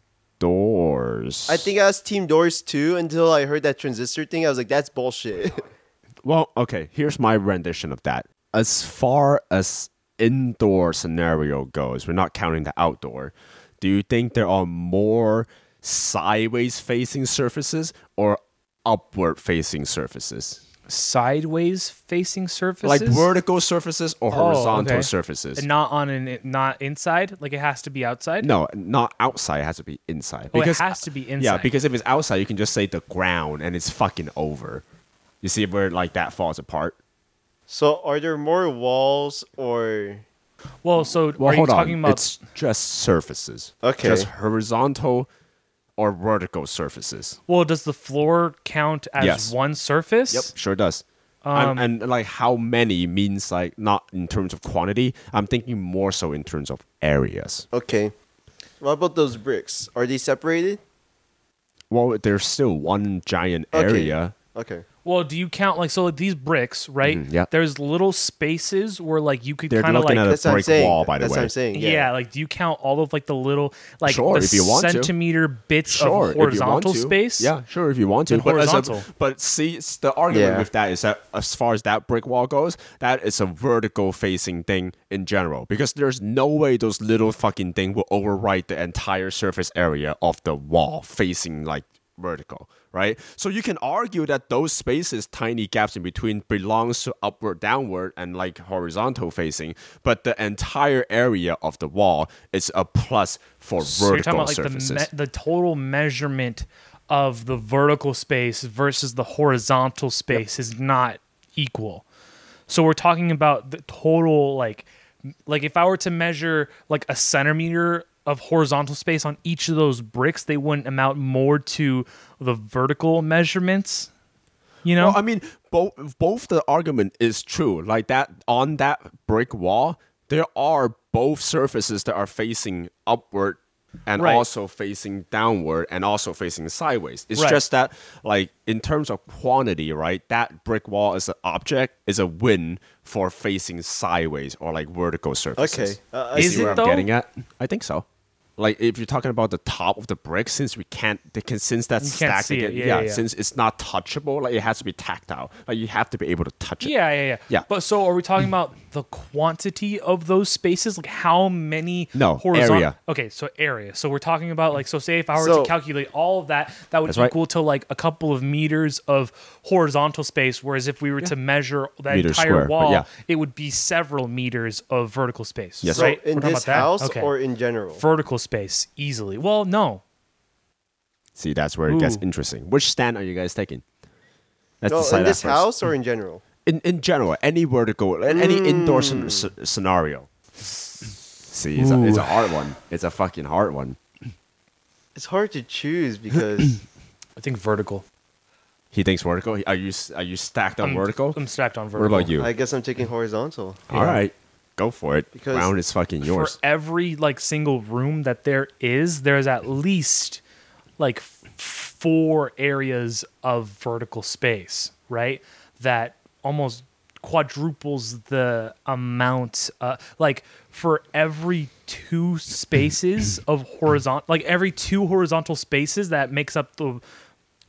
doors.
I think I was Team Doors too until I heard that transistor thing. I was like, that's bullshit.
Well, okay, here's my rendition of that. As far as indoor scenario goes, we're not counting the outdoor. Do you think there are more sideways facing surfaces or upward facing surfaces?
Sideways facing surfaces, Oh,
Like vertical surfaces or horizontal
okay.
surfaces?
and not on an not inside. Like it has to be outside.
no, not outside. It has to be inside.
Oh, it has to be
Yeah,
inside.
because if it's outside, you can just say the ground and it's fucking over. You see where like that falls apart?
so are there more walls or
Well, so
Well,
are
hold
you
on.
talking about?
it's just surfaces.
Okay.
Just horizontal or vertical surfaces.
well, does the floor count as
Yes.
one surface?
Sure does.
Um,
And- and, like how many means like not in terms of quantity. I'm thinking more so in terms of areas.
okay? What about those bricks? Are they separated?
Well, there's still one giant
Okay.
area.
Okay.
Well, do you count like so like these bricks, right?
Mhm, yeah.
There's little spaces where like you could
They're
kind of like
looking at
That's what I'm
Break
saying.
wall, by the
That's what
way.
I'm saying.
yeah.
Yeah.
like do you count all of like the little like
Sure,
the
if you want to.
centimeter bits
Sure, if
of
you want
horizontal
to.
space?
Yeah, sure, if you want to.
Then
But, as a-
horizontal.
but see, it's the argument
Yeah.
with that is that as far as that brick wall goes, that is a vertical facing thing in general because there's no way those little fucking thing will override the entire surface area of the wall facing like vertical. Right, so you can argue that those spaces, tiny gaps in between, belongs to upward, downward, and like horizontal facing. But the entire area of the wall is a plus for
So you're
vertical
talking about like
surfaces.
the me- the total measurement of the vertical space versus the horizontal space is not equal. So we're talking about the total like m- like if I were to measure like a centimeter of horizontal space on each of those bricks, they wouldn't amount more to the vertical measurements. You know?
Well, I mean, both both the argument is true. Like that on that brick wall, there are both surfaces that are facing upward and
Right.
also facing downward and also facing sideways. It's
Right.
just that like in terms of quantity, right? That brick wall as an object is a win for facing sideways or like vertical surfaces.
uh, I
You
see
see
Is
where
it
I'm
though?
getting at? I think so. Like if you're talking about the top of the brick, since we can't, they can since that's
You can't
stacked
see it.
again-
Yeah, yeah, yeah.
since it's not touchable, like it has to be tactile. Like you have to be able to touch it.
Yeah, yeah, yeah.
Yeah.
But so are we talking about the quantity of those spaces? Like how many
No,
horizontal
area.
Okay, so area. So we're talking about like so say if I were
So-
to calculate all of that, that would
That's right.
equal to like a couple of meters of horizontal space, whereas if we were to measure that
Meter
entire
square, but
wall,
yeah.
it would be several meters of vertical space.
Yes.
So
Right?
in
We're talking
this
about that?
house
Okay.
or in general?
vertical space easily. Well, no.
See, that's where it gets
Ooh.
interesting. Which stand are you guys taking? Let's
no,
decide
in
that
this
first.
house or in general?
in in general, any vertical, any indoor
Mm.
scen- sc- scenario. See, it's a, it's a hard one. It's a fucking hard one.
It's hard to choose because
I think vertical.
He thinks vertical. Are you s- are you stacked on
I'm-
vertical?
I'm stacked on
what
vertical.
about you?
I guess I'm taking horizontal.
All right, go for it.
Because
Round is fucking yours.
for every like single room that there is, there's at least like f- four areas of vertical space, right? That almost quadruples the amount. Uh, like for every two spaces of horizontal, like every two horizontal spaces that makes up the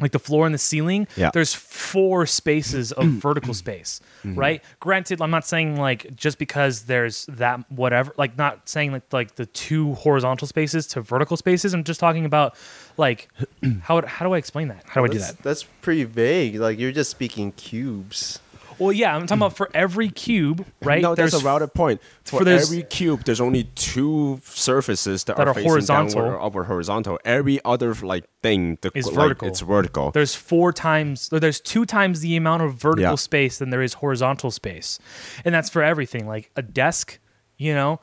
like the floor and the ceiling,
Yeah.
there's four spaces of
Mm.
vertical space,
Mm-hmm.
right? Granted, I'm not saying like just because there's that whatever, like not saying like like the two horizontal spaces to vertical spaces. I'm just talking about like how how do I explain that? How do I do
That's,
that?
that's pretty vague. Like you're just speaking cubes.
Well, yeah, I'm talking about for every cube, right?
Mm. No, there's a routed point. For,
for there's-
every cube, there's only two surfaces that,
That
are,
are
facing
horizontal.
downward or upward horizontal. Every other like thing the,
Is
like,
vertical.
It's vertical.
There's four times, or there's two times the amount of vertical
Yeah.
space than there is horizontal space, and that's for everything, like a desk, you know.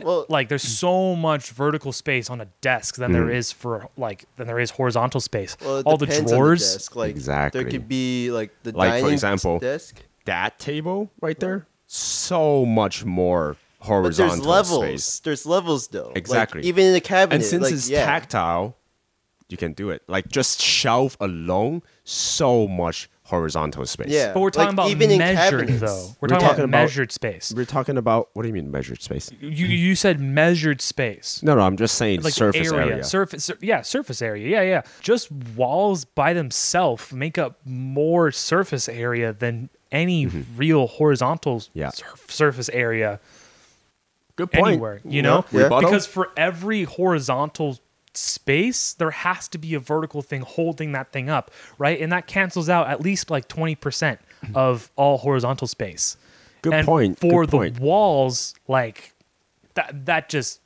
Well,
Like
Mm.
there's so much vertical space on a desk than there is for like than there is horizontal space.
well, it
All the
depends On the
drawers,
desk. Like
Exactly.
there could be like the
Like, for
dining
example,
desk.
that table right there, so much more
But
horizontal
there's levels.
space.
There's levels though. Like,
Exactly.
even in the cabinet.
And since
like,
it's
yeah.
tactile, you can do it. Like just shelf alone, so much horizontal space.
Yeah.
but we're talking
Like,
about
even in
measured
cabinets.
though.
We're
We're, talking,
talking
about
about-
measured space.
We're talking about what do you mean measured space?
You you said measured space.
No, no, I'm just saying
like
surface
area,
area.
surface sur- yeah surface area yeah yeah just walls by themselves make up more surface area than any real horizontal
Mm-hmm. Yeah.
sur- surface area
Good point.
anywhere you know
Yeah. Rebuttal?
because for every horizontal space there has to be a vertical thing holding that thing up right and that cancels out at least like 20% of all horizontal space
Good
and
point,
for
good
the
point.
walls like that that just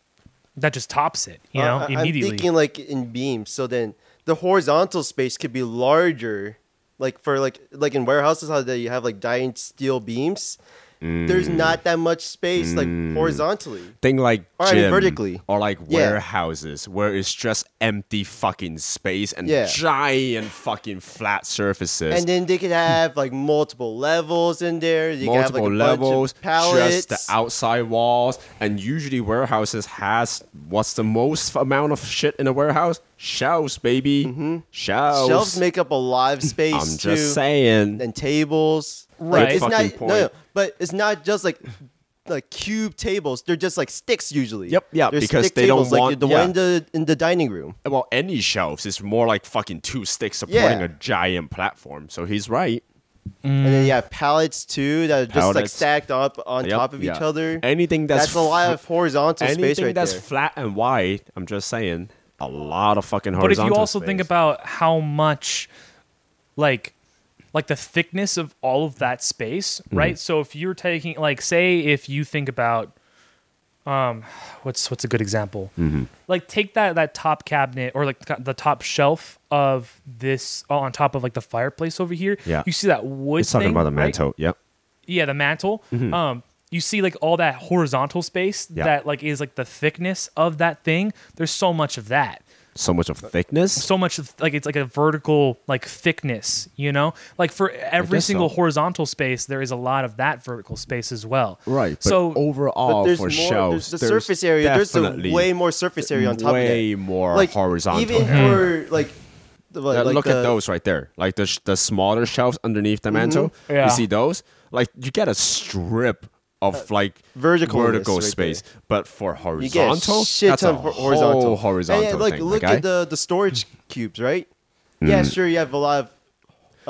that just tops it you know
Uh, I-
immediately
I'm thinking like in beams. So then the horizontal space could be larger, like for like like in warehouses how they have like giant steel beams. There's
Mm.
not that much space like horizontally.
thing like
Or, I mean,
gym
vertically.
or like
Yeah.
warehouses where it's just empty fucking space and
Yeah.
giant fucking flat surfaces.
And then they could have like multiple levels in there. You
multiple
could have, like, a
levels,
bunch of pallets.
just the outside walls, and usually warehouses has what's the most amount of shit in a warehouse? Shelves, baby. Mm-hmm. Shelves.
Shelves make up a lot of space
I'm
too,
just saying.
and tables.
Right.
Like, it's
Fucking
not
point.
no, no, but it's not just like like cube tables. They're just like sticks usually.
Yep, yeah,
They're
because
stick
they don't
tables,
want-
like the
yeah.
one in the in the dining room.
Well, any shelves is more like fucking two sticks supporting
Yeah.
a giant platform. So he's right.
And then you have pallets too that are just like
Mm. Pallets.
stacked up on
Yep,
top of
yeah.
each other.
Anything that's
a lot
fl-
of horizontal
Anything
space right
that's
there.
flat and wide, I'm just saying, a lot of fucking
But if
horizontal
you also think
space.
about how much, like, like the thickness of all of that space,
Mm-hmm.
right? So if you're taking, like, say, if you think about, um, what's what's a good example?
Mm-hmm.
Like, take that that top cabinet or like the top shelf of this oh, on top of like the fireplace over here.
Yeah.
you see that wood.
It's talking
thing,
about the
right?
mantle. Yep.
yeah the mantle um you see like all that horizontal space
Yeah.
that like is like the thickness of that thing there's so much of that
So much of thickness.
so much of, like it's like a vertical like thickness you know like for every
guess
single
so.
horizontal space there is a lot lot of that vertical space as well
Right.
so
overall,
but there's
for
more,
shelves,
there's the surface area. There's a
definitely
way more surface area on top of that.
way more horizontal.
Even for like, the,
Now,
like uh, Mm-hmm.
look
the,
at those right there. Like the sh- the smaller shelves underneath the mantle.
Yeah.
You see those? Like you get a strip of like
verticalness
vertical
Uh, right
space, but for horizontal,
You get a shit
that's
ton
a
of hor- horizontal.
whole
And,
horizontal
yeah, like
thing.
look
okay?
at
Mm.
the the storage cubes, right? Yeah, sure. You have a lot of.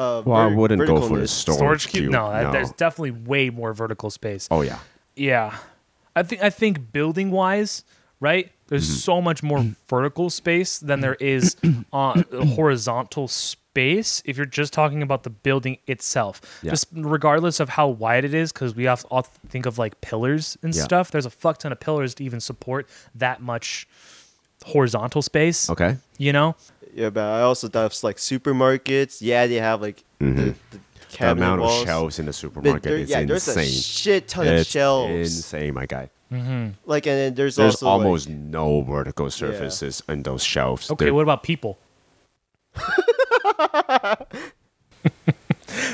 Uh,
Well, I
ver-
wouldn't go for the
verticalness.
storage,
storage cube, no, that-
no.
there's definitely way more vertical space
oh yeah.
yeah i think i think building wise right there's
Mm-hmm.
so much more vertical space than there is on horizontal space if you're just talking about the building itself
Yeah.
just regardless of how wide it is because we have all think of like pillars and
Yeah.
stuff there's a fuck ton of pillars to even support that much horizontal space
Okay.
you know
Yeah, but I also thought of like supermarkets. Yeah, they have like the, the
Mm-hmm. The
cabinet
amount
walls.
of shelves in the
But
supermarket
there,
is
yeah, there's
insane.
a shit ton of
it's
shelves.
insane, my guy.
Like, and then there's,
There's
also like-
almost no vertical surfaces in those shelves.
okay
They're-
what about people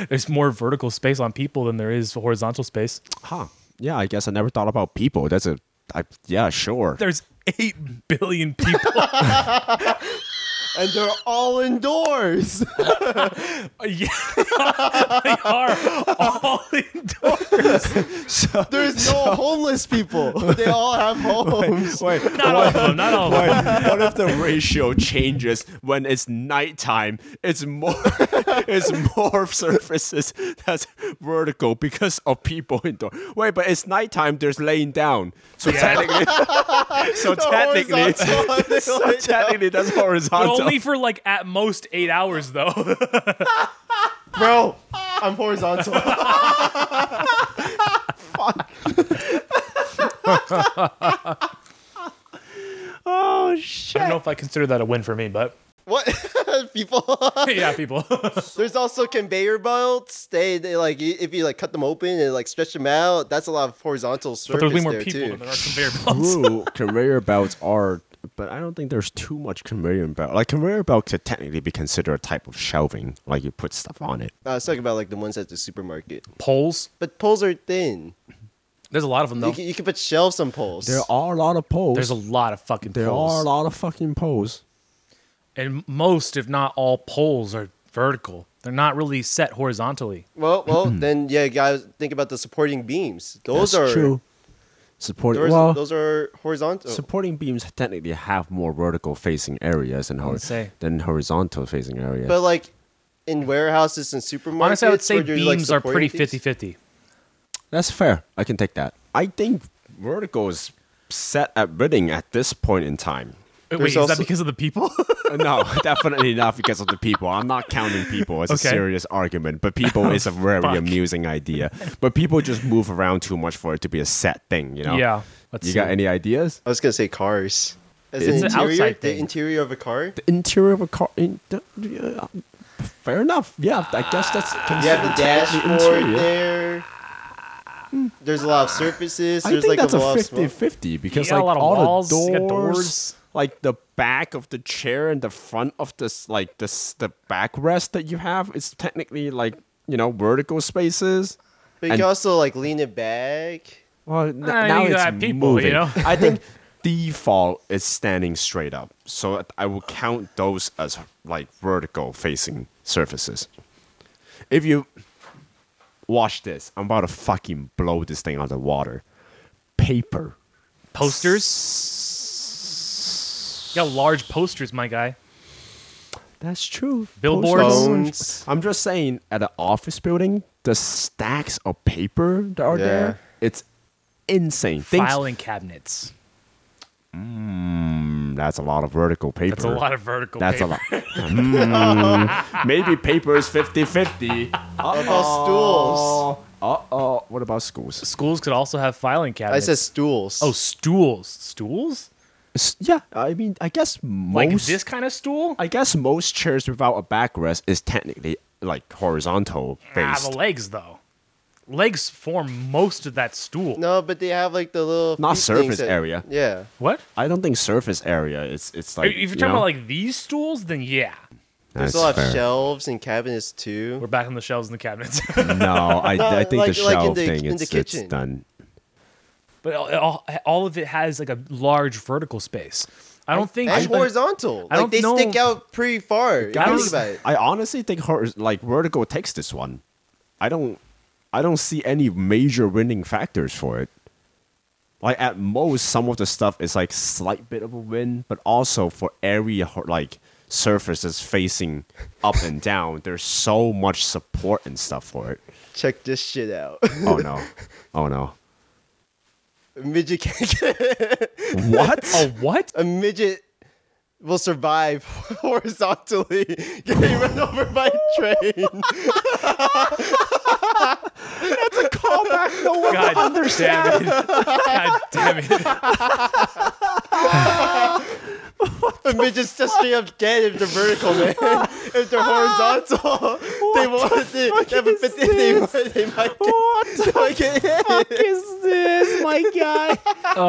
there's more vertical space on people than there is horizontal space
huh? Yeah, I guess I never thought about people. That's a, I, yeah, sure.
there's 8 billion people.
and they're all indoors.
yeah, they are all indoors.
there's no homeless people. They all have homes.
Wait,
Not all of them. Not all of them.
what if the ratio changes when it's nighttime? It's more, it's more surfaces that's vertical because of people indoor. Wait, but it's nighttime. There's laying down, so
Yeah.
technically, so technically, it's, so technically that's
But
horizontal.
only for like at most eight hours though.
Bro, I'm horizontal.
oh
I don't
shit!
know if I consider that a win for me, but
what people?
yeah, people.
There's also conveyor belts. They, they like y- if you like cut them open and like stretch them out. That's a lot of horizontal surface
But there's way more
there
people
too.
than there are conveyor belts.
True, conveyor belts are, but I don't think there's too much conveyor belt. Like conveyor belt could technically be considered a type of shelving, like you put stuff on it.
I was talking about like the ones at the supermarket.
Poles.
But poles are thin.
There's a lot of them
You,
though.
can, you can put shelves on poles.
There are a lot of poles.
There's a lot of fucking
There
poles.
are a lot of fucking poles.
And most, if not all, poles are vertical. They're not really set horizontally.
Well, well, then yeah, guys, think about the supporting beams. Those
That's
are
true. Supporting
Those,
well,
those are horizontal.
supporting beams technically have more vertical facing areas and hor-
would say.
than horizontal facing areas.
but like in warehouses and supermarkets,
Honestly, I would say
where there's, like,
beams are pretty
supporting things-
50 50.
That's fair. I can take that. I think vertical is set at bidding at this point in time.
Wait,
There's
is that
also-
because of the people?
no, definitely not because of the people. I'm not counting people as
Okay.
a serious argument, but people is a very
Fuck.
amusing idea. But people just move around too much for it to be a set thing, you know?
Yeah. Let's
You got
see.
any ideas?
I was gonna say cars. As
It's
an
an
interior,
outside
the
thing.
interior of a car.
interior of a car. In, uh, fair enough. Yeah, I guess that's.
Ah.
You have the dashboard
interior.
there. There's a lot of surfaces.
I
There's
think
like
that's
a lot
a
of small-
50 50 because,
got a
like,
lot of
all
walls,
the
you got
doors,
doors.
like, the back of the chair and the front of this, like, this, the backrest that you have is technically, like, you know, vertical spaces.
But you
and-
can also like lean it back.
Well, n-
Ah,
now
you
it's
got people, you
moving.
know?
I think default it's standing straight up. So I will count those as like vertical facing surfaces. If you watch this, I'm about to fucking blow this thing out of the water. Paper.
Posters? You got large posters, my guy.
That's true.
Billboards.
Phones.
I'm just saying, at an office building, the stacks of paper that are
Yeah.
there, it's insane. Things-
Filing cabinets.
Mm, that's a lot of vertical paper.
That's a lot of vertical
That's
paper.
a lot.
Hmm.
Mm, maybe paper is 50 50.
What about stools?
Oh, uh oh. What about schools?
Schools could also have filing
I
cabinets.
said stools.
oh, stools. Stools?
S- Yeah, I mean, I guess most.
Like this kind of stool?
I guess most chairs without a backrest is technically like horizontal
Ah,
based.
the legs, though. Legs form most of that stool.
no, but they have like the little
Not
feet things
surface
that-
area.
Yeah,
What?
I don't think surface area. It's it's like
if you're
you
talking
know?
about like these stools, then yeah.
there's
That's
a lot
fair.
of shelves and cabinets too.
We're back on the shelves and the cabinets.
No, I, I think the
like- like in
shelf
the-
thing
in the
it's, it's
kitchen.
done.
but all- all, all of it has like a large vertical space. I don't think
and
I-
horizontal.
I
like
don't
they
know-
stick out pretty far. if you
Guys-
think about it.
I honestly think her, like Vertigo takes this one. I don't I don't see any major winning factors for it. Like at most, some of the stuff is like slight bit of a win, but also for every ho- like surface that's facing up and down, there's so much support and stuff for it.
Check this shit out.
Oh no, oh no,
midget can't get
what?
a what?
a midget will survive horizontally getting run over by a train.
callback. No one
God damn it! God damn it!
a midget's just straight up dead if they're vertical, man. If they're horizontal, they won't. They, they,
is Oh.
but they, they, might- they might get,
What
they might get hit.
is this, my guy?
Oh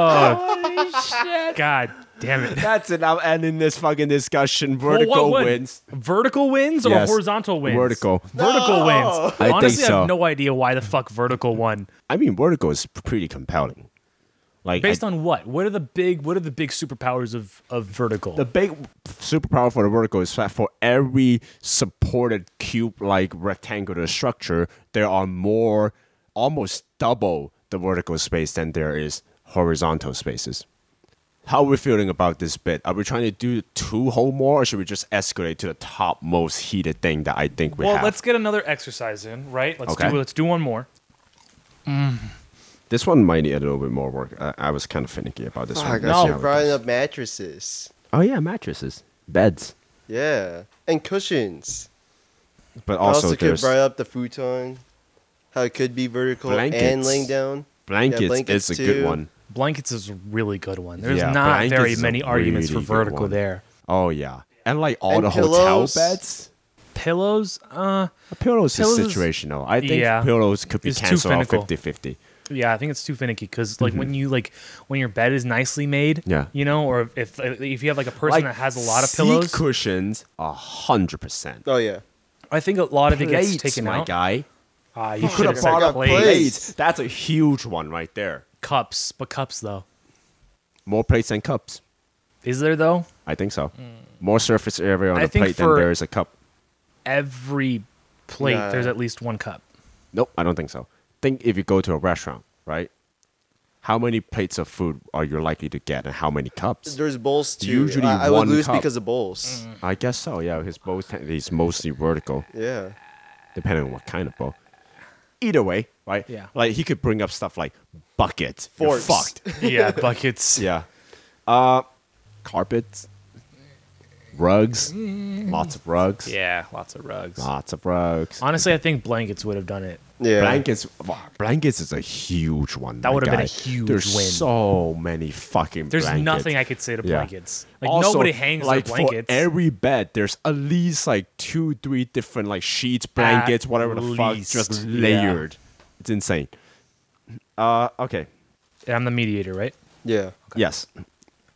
Holy shit.
God damn it!
That's it. I'm ending this fucking discussion. Vertigo
Well, what- what-
wins.
Vertical wins or
Yes.
horizontal wins?
Vertical.
Vertical
No.
wins.
I think
Honestly, I
so.
have no idea why the fuck vertical won.
I mean, Vertigo is pretty compelling. Like
Based
I-
on what? What are the big? What are the big superpowers of of vertical?
the big superpower for the Vertigo is that for every supported cube-like rectangular structure, there are more, almost double the vertical space than there is horizontal spaces. How are we feeling about this bit? Are we trying to do two whole more, or should we just escalate to the topmost heated thing that I think we
well,
have?
let's get another exercise in, right? Let's
Okay.
do let's do one more.
This one might need a little bit more work. I, I was kind of finicky about this
Fuck,
one.
I should have brought up mattresses.
Oh yeah, mattresses, beds,
Yeah, and cushions.
but
I
also,
also could have
there's
brought up the futon, how it could be vertical and
Blankets.
laying down.
blankets.
Yeah, blankets
it's a
too.
good one.
Blankets is a really good one. There's
Yeah,
not
blankets
very
is a
many arguments for
really good
vertical
one.
there.
Oh yeah, and like all
And
the
pillows.
hotel beds.
Pillows, uh,
Pillows,
Pillows
is
is-
situational. I think
Yeah.
pillows could be
It's too
canceled out
finical.
50-50.
yeah, I think it's too finicky because like when you like when your bed is nicely made,
Mm-hmm. Yeah.
you know, or if if you have like a person
Like
that has a lot of
seat
pillows,
cushions, a hundred percent.
Oh yeah.
I think a lot of it gets
Plates,
taken
my
out.
guy.
Ah, you
Could
should have
have
I
said
brought
got
up
plates.
plates.
plates. That's a huge one right there.
cups, but cups though.
More plates than cups.
Is there though?
I think so. More surface area on
Mm. I
a
think
plate than
for-
there is a cup.
Every plate,
Nah.
there's at least one cup.
Nope, I don't think so. Think if you go to a restaurant, right? How many plates of food are you likely to get, and how many cups?
There's bowls too.
Usually
I, I would
one
lose
cup.
because of bowls.
I guess so. Yeah, his bowl is mostly vertical,
Yeah.
depending on what kind of bowl. Either way, right?
Yeah.
Like he could bring up stuff like bucket, You're
Forks.
fucked.
Yeah, buckets.
yeah. Uh, carpets, rugs, lots of rugs,
Mm. yeah, lots of rugs.
lots of rugs.
Honestly, I think blankets would have done it.
Yeah.
Blankets, wow, blankets is a huge one.
That
my
would've been a
guy.
huge
There's
win.
so many fucking.
There's
blankets.
nothing I could say to
Yeah.
blankets. Like
Also,
nobody hangs
like
their blankets.
For every bed, there's at least like two, three different like sheets, blankets,
At
whatever the fuck,
least,
just
yeah.
layered. It's insane. Uh, okay.
And I'm the mediator, right?
Yeah.
Yes.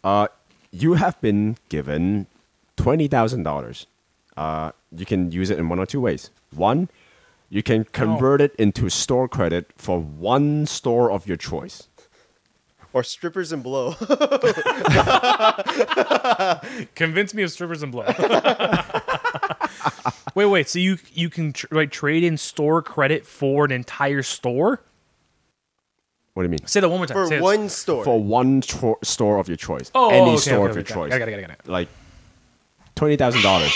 Uh, you have been given twenty thousand dollars. Uh, you can use it in one or two ways. One, you can convert it into store credit for one store of your choice.
or strippers and blow.
Convince me of strippers and blow. wait, wait. So you you can tr- like trade in store credit for an entire store?
What do you mean?
Say that one more time. Say
for
it.
one store.
For one tro- store of your choice,
Oh,
any
okay,
store
okay,
of your
okay,
choice,
I got it, I got it, I got
like twenty thousand dollars.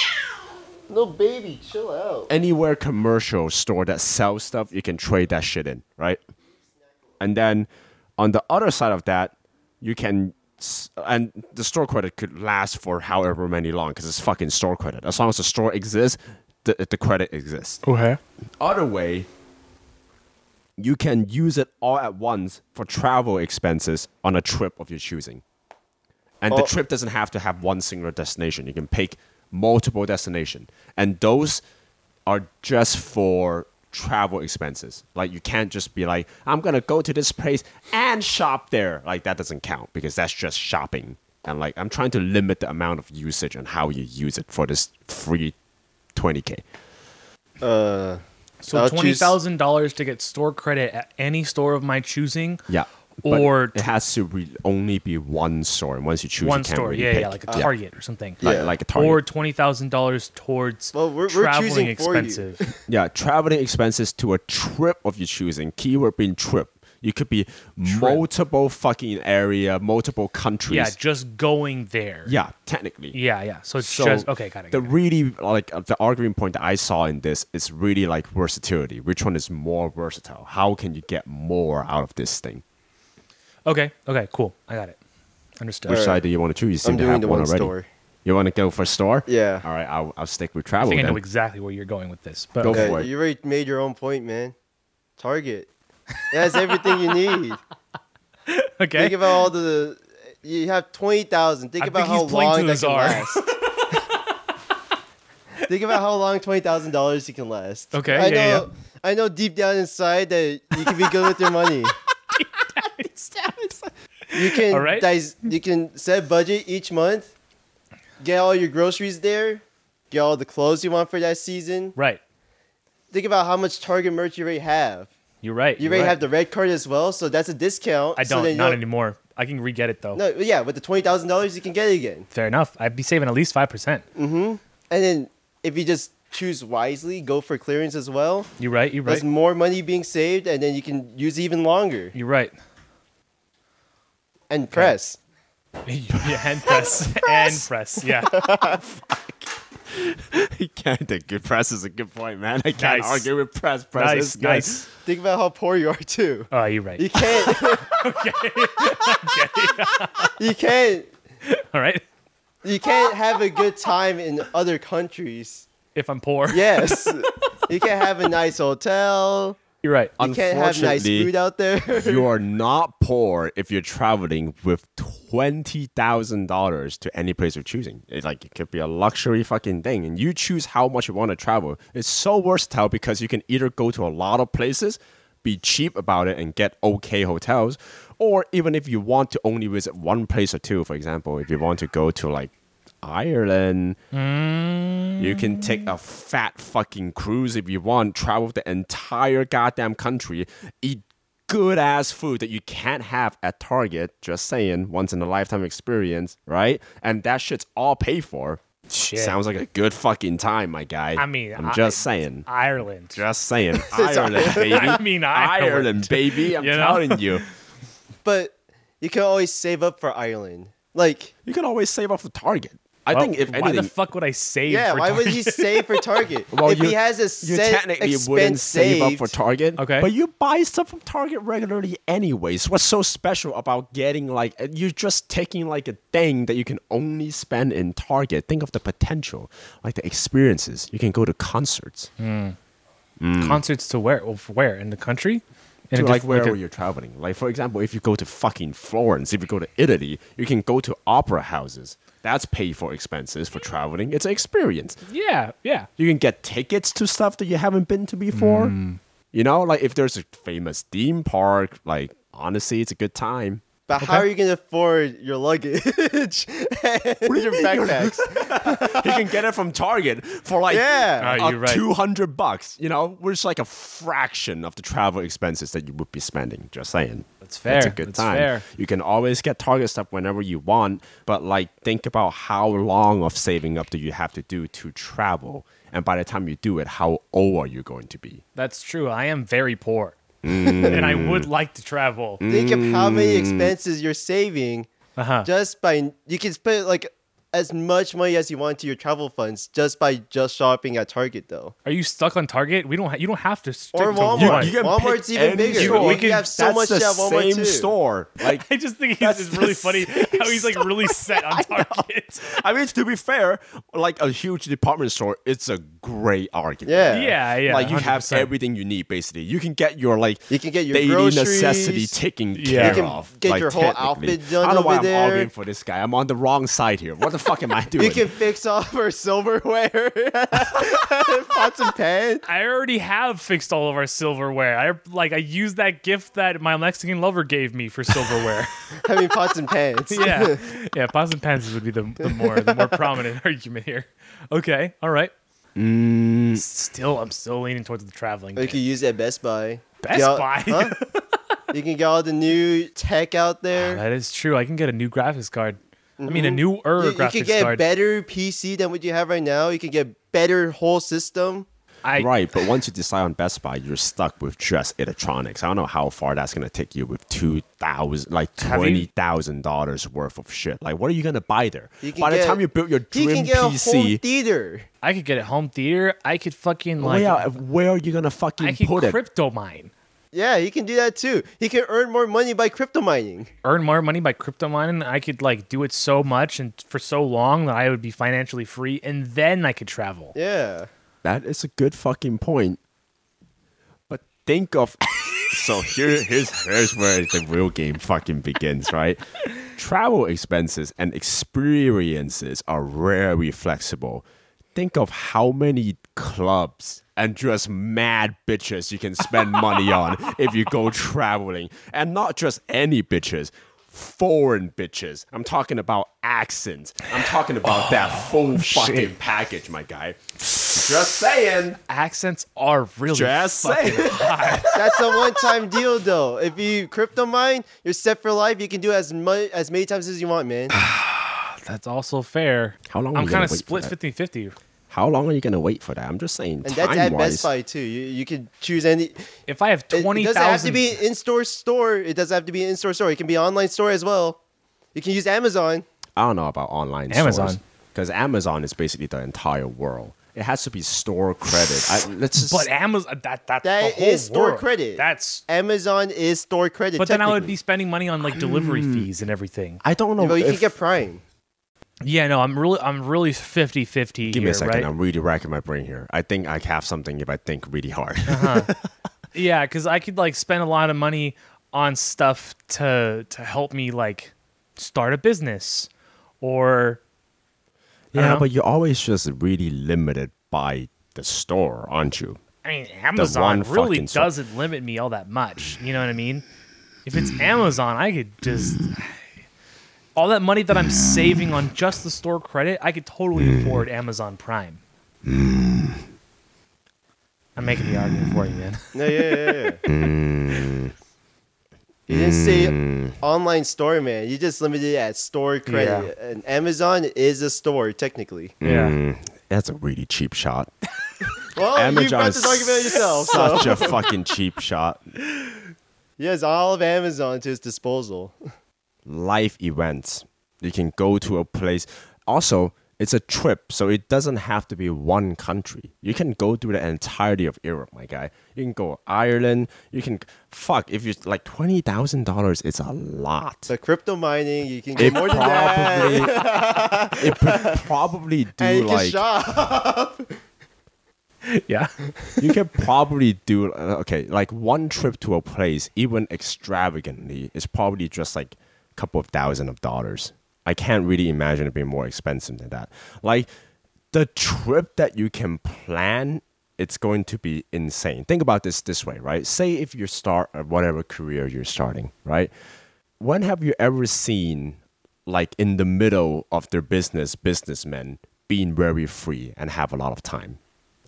no baby, chill out.
anywhere commercial store that sells stuff, you can trade that shit in, right? And then on the other side of that, you can s- and the store credit could last for however many long because it's fucking store credit. As long as the store exists, the, the credit exists.
Okay.
Other way, you can use it all at once for travel expenses on a trip of your choosing. And the
Oh.
trip doesn't have to have one singular destination. You can pick multiple destination, and those are just for travel expenses. Like you can't just be like, I'm gonna go to this place and shop there. Like that doesn't count because that's just shopping. And like I'm trying to limit the amount of usage and how you use it for this free 20k.
Uh,
So
I'll
twenty
choose-
thousand dollars to get store credit at any store of my choosing.
Yeah. but
Or
it has to re- only be one store, and once you choose,
one
you can't
store.
really
yeah,
pick.
yeah, like a Target or something.
like,
Yeah.
like a Target.
Or twenty thousand dollars towards
Well, we're- we're
traveling
choosing for you.
expensive.
yeah, traveling expenses to a trip of your choosing. Keyword being trip. You could be multiple fucking area, multiple countries.
yeah, just going there.
Yeah, technically.
yeah, yeah. So it's
So
just okay. Got it.
The
got it.
really like uh, the arguing point that I saw in this is really like versatility. Which one is more versatile? How can you get more out of this thing?
okay, okay, cool. I got it. Understood.
Which
Alright.
side do you want to choose? You seem
I'm
to
doing
have
the
one
one
already.
store.
You want to go for store?
Yeah.
All right, I'll, I'll stick with
I
travel.
think I know
then.
exactly where you're going with this. But
Go
okay.
for
yeah,
it.
you already made your own point, man. Target. It has everything you need.
okay.
Think about all the. You have twenty thousand. Think
I
about
think he's
how
playing to
long that
his
can
R.
last. think about how long twenty thousand dollars you can last.
Okay,
I know.
yeah,
I know deep down inside that you can be good with your money. You can
All right.
dis- you can set budget each month, get all your groceries there, get all the clothes you want for that season.
right.
Think about how much Target merch you already have.
You're right.
You
you're
already
right.
have the red card as well, so that's a discount.
I
So
don't.
then you
not anymore. I can re-get it though.
No, yeah, with the twenty thousand dollars you can get it again,
Fair enough. I'd be saving at least five percent.
Mm. and then if you just choose wisely, go for clearance as well.
You're right. You're right.
There's more money being saved, and then you can use even longer
You're right.
and press.
yeah, and press. and press. Yeah.
He can't. The good press is a good point, man. I can't
Nice.
argue with press. Press is
nice.
good.
Nice.
Think about how poor you are too.
Oh, you're right.
You can't. you can't.
All right.
You can't have a good time in other countries.
If I'm poor.
Yes, you can't have a nice hotel.
You're right.
You can't have nice
Unfortunately,
food out there.
you are not poor if you're traveling with twenty thousand dollars to any place you're choosing. It's like it could be a luxury fucking thing, and you choose how much you want to travel. It's so versatile because you can either go to a lot of places, be cheap about it, and get okay hotels, or even if you want to only visit one place or two, for example, if you want to go to like Ireland. You can take a fat fucking cruise if you want, travel the entire goddamn country, eat good ass food that you can't have at Target, just saying, once in a lifetime experience, right? And that shit's all paid for.
Shit.
Sounds like a good fucking time, my guy.
I mean,
I'm
I-
just saying.
Ireland.
Just saying. Ireland, baby.
I mean, Ireland.
baby. I'm
You know?
telling you.
but you can always save up for Ireland. Like,
You can always save up for Target. I
Well,
think if
why
anything,
the fuck would I save?
yeah,
for
why would
Target?
he save for Target?
Well,
if
you-
he has a
you
set
technically
expense
wouldn't save up
saved-
for Target.
Okay.
But you buy stuff from Target regularly anyways. What's so special about getting like uh, you're just taking like a thing that you can only spend in Target. Think of the potential, like the experiences. You can go to concerts.
concerts to where? Well, for where in the country? In
To,
a
like
diff-
wherever
a-
you're traveling. Like for example, if you go to fucking Florence, if you go to Italy, you can go to opera houses. That's pay for expenses for traveling. It's an experience.
Yeah, yeah.
You can get tickets to stuff that you haven't been to before.
Mm.
You know, like if there's a famous theme park, like honestly, it's a good time.
But how are you gonna afford your luggage and your backpacks?
he can get it from Target for like
Yeah.
Oh,
uh,
you're right.
200 bucks, you know, which is like a fraction of the travel expenses that you would be spending. Just saying.
That's
It's a
fair.
good
That's
time.
fair.
You can always get Target stuff whenever you want, but like think about how long of saving up do you have to do to travel? And by the time you do it, how old are you going to be?
That's true. I am very poor, and I would like to travel.
Think of how
Mm.
many expenses you're saving
Uh-huh.
just by you can spend like as much money as you want to your travel funds just by just shopping at Target though.
Are you stuck on Target? We don't. Ha- you don't have to stick
Or
to
Walmart.
one.
You- you can- Walmart's even
any
bigger.
store.
You- we can-
That's
have so much
the
at Walmart
same
too.
store. Like
I just think
That's
it's, it's really
the
funny
same
how he's like really set on Target.
I mean, to be fair, like a huge department store, it's a great argument.
Yeah.
yeah, yeah.
like you have
100%.
everything you need basically. You can get your like
You can get your
daily
groceries.
necessity taken
You
care
can
of.
get
like,
your whole
technically.
outfit done
I don't know why
over
I'm
there.
arguing for this guy. I'm on the wrong side here. What the fuck am I doing?
You can fix off our silverware, pots and pans.
I already have fixed all of our silverware. I like I used that gift that my Mexican lover gave me for silverware.
I mean pots and pans.
yeah, yeah. Pots and pans would be the, the more the more prominent argument here. Okay, all right.
Mm.
Still, I'm still leaning towards the traveling.
Or you
bit.
can use it at Best Buy.
Best
Get all-
Buy.
Huh? You can get all the new tech out there.
Ah, That is true. I can get a new graphics card. I mean, a new er
Mm-hmm. you, you
graphics
can get a
card.
better PC than what you have right now. You can get better whole system.
I,
right, but once you decide on Best Buy, you're stuck with just electronics. I don't know how far that's gonna take you with two thousand, like
Have you-
twenty thousand dollars worth of shit. Like, what are you gonna buy there?
You can
By the
get-
time you build your
You
dream
can get a whole
PC,
theater.
I could get a home theater. I could fucking like.
where, are- where are you gonna fucking
I could
put it?
crypto mine.
Yeah, he can do that too. He can earn more money by crypto mining.
earn more money by crypto mining. I could like do it so much and for so long that I would be financially free, and then I could travel.
Yeah.
That is a good fucking point. But think of so here here's here's where the real game fucking begins, right? Travel expenses and experiences are very flexible. Think of how many clubs and just mad bitches you can spend money on if you go traveling. And not just any bitches, foreign bitches. I'm talking about accents. I'm talking about that full fucking package, my guy. Just saying.
Accents are really
Just
fucking-
saying.
That's a one-time deal, though. If you crypto mine, you're set for life. You can do as much as many times as you want, man.
That's also fair.
How long are
I'm
you
kind
gonna
of
wait for
split
that?
50 50.
How long are you gonna wait for that? I'm just saying.
And
time
that's at
wise,
Best Buy too. You you can choose any.
If I have
It, it doesn't have to
20,000
be an in-store store. It doesn't have to be an in-store store. It can be an online store as well. You can use Amazon.
I don't know about online
Amazon.
because Amazon is basically the entire world. It has to be store credit. I, let's just.
but Amazon, that,
That
that, the whole
is store
world.
credit.
That's,
Amazon is store credit.
but then I would
technically.
be spending money on like delivery
Hmm.
fees and everything.
I don't know.
Well, you
if,
can get Prime.
Yeah, no, I'm really, I'm really 50 50
give
here,
me a second.
right?
I'm really racking my brain here. I think I have something if I think really hard.
Uh-huh. Yeah, because I could like spend a lot of money on stuff to to help me like start a business or
yeah,
know.
but you're always just really limited by the store, aren't you?
I mean
one
Amazon really
fucking store.
doesn't limit me all that much. You know what I mean? If it's Amazon, I could just all that money that I'm saving on just the store credit, I could
Hmm.
totally afford Amazon Prime. I'm making the argument for you, man.
No, yeah, yeah, yeah. You didn't say online store, man. You just limited it at store credit. And Amazon is a store, technically.
Yeah.
That's a really cheap shot.
Well, you
Amazon
brought
is
this argument yourself. So.
Such a fucking cheap shot.
He has all of Amazon to his disposal.
live events. You can go to a place. Also, it's a trip, so it doesn't have to be one country. You can go through the entirety of Europe, my guy. You can go Ireland. You can fuck if you like twenty thousand dollars. It's a lot.
So crypto mining, you can get
It
more than that.
probably, it could probably do
And you can
like
shop.
Hmm.
Yeah.
you can probably do uh, okay like one trip to a place even extravagantly is probably just like a couple of thousand of dollars i can't really imagine it being more expensive than that like the trip that you can plan it's going to be insane think about this this way right say if you start uh, whatever career you're starting right when have you ever seen like in the middle of their business businessmen being very free and have a lot of time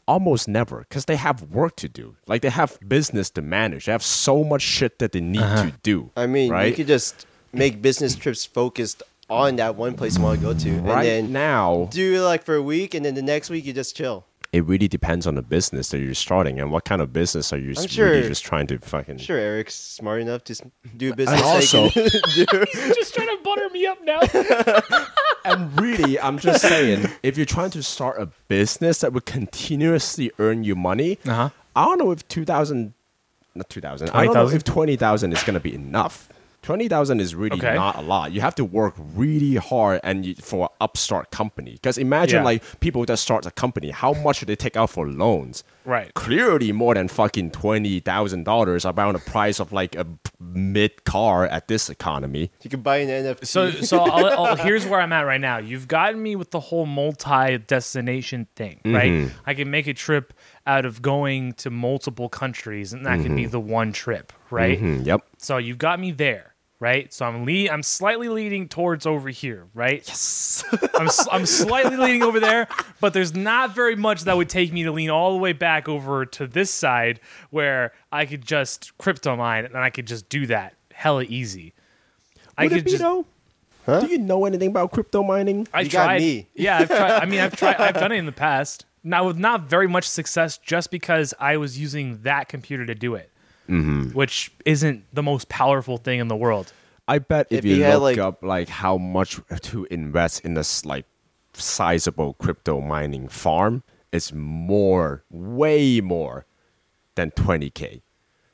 almost never because they have work to do like they have business to manage they have so much shit that they need to do
I mean,
right
you could just make business trips focused on that one place you want to go to, and
right
then
now
do it like for a week, and then the next week you just chill.
it really depends on the business that you're starting and what kind of business are you s-
sure-
really just trying to fucking
Sure, Eric's smart enough to s- do business.
And
that he can do.
Just trying to butter me up now.
And really, I'm just saying, if you're trying to start a business that would continuously earn you money,
Uh-huh.
I don't know if two thousand, not two thousand, I don't know
20,000?
if twenty thousand is gonna be enough. Twenty thousand is really
Okay.
not a lot. You have to work really hard and you, for an upstart company. Because imagine
Yeah.
like people that start a company, how much do they take out for loans?
Right.
Clearly more than fucking twenty thousand dollars, around the price of like a mid car at this economy.
you could buy an NFT.
So, so I'll, I'll, here's where I'm at right now. You've gotten me with the whole multi-destination thing, right?
Mm-hmm.
I can make a trip out of going to multiple countries, and that could
Mm-hmm.
be the one trip, right?
Hmm, yep.
So you've got me there, right? So I'm le- I'm slightly leading towards over here, right? Yes. I'm s- I'm slightly leaning over there, but there's not very much that would take me to lean all the way back over to this side where I could just crypto mine and I could just do that hella easy. I
Would
could
it be
just
though? Do you know anything about crypto mining?
I
You got
tried.
me.
Yeah, I've tried. I mean, I've tried. I've done it in the past. Now with not very much success, just because I was using that computer to do it,
Mm-hmm.
which isn't the most powerful thing in the world.
I bet if,
If
you
he
look
had, like-
up like how much to invest in this like sizable crypto mining farm, it's more, way more than 20k.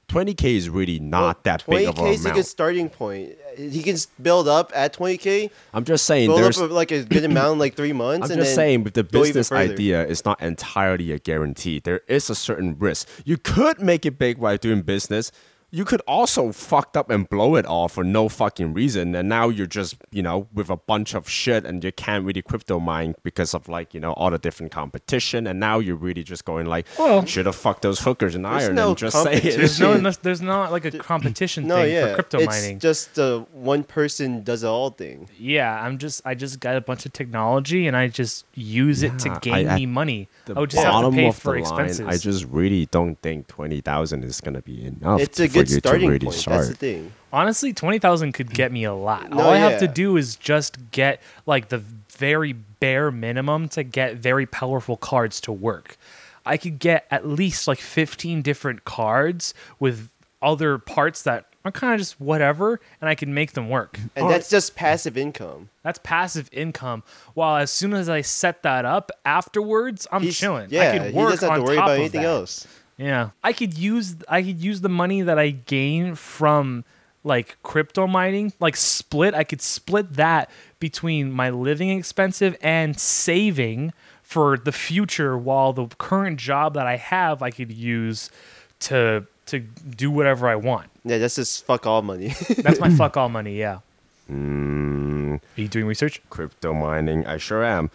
20k is really not that big
Twenty
of
k
a
is a
amount.
good starting point. He can s- build up at twenty k,
I'm just saying,
build up
there's.
a, like a good amount in like three months.
I'm
and
just
then
saying, with the
go even
business
further.
idea, it's not entirely a guarantee. There is a certain risk. You could make it big by doing business. You could also fucked up and blow it all for no fucking reason, and now you're just you know with a bunch of shit, and you can't really crypto mine because of like you know all the different competition, and now you're really just going like
Well-
should have fucked those hookers and
There's
iron
no
and just say it.
competition.
There's no, there's not like a competition
No,
thing
yeah,
for crypto
it's
mining.
just the one person does it all thing.
yeah, I'm just, I just got a bunch of technology and I just use it
Yeah,
to
I-
gain
at
me money.
The
I would just have to
bottom
pay
of the
for
line,
expenses.
I just really don't think twenty thousand is gonna be enough.
It's a
for
good
you to
starting
really
point.
Start.
That's the thing.
Honestly, 20,000 could get me a lot.
No,
All I have to
yeah.
do is just get like the very bare minimum to get very powerful cards to work. I could get at least like 15 different cards with other parts that are kind of just whatever and I can make them work.
And that's just passive income.
That's passive income. While as soon as I set that up afterwards, I'm
He's-
chilling.
Yeah,
I could
he
work
doesn't have
on
to worry
top
about
of
anything
that.
else.
Yeah. I could use I could use the money that I gain from like crypto mining, like split I could split that between my living expensive and saving for the future while the current job that I have I could use to to do whatever I want.
Yeah, that's just fuck all money.
That's my fuck all money, yeah.
Mm.
Are you doing research?
Crypto mining, I sure am.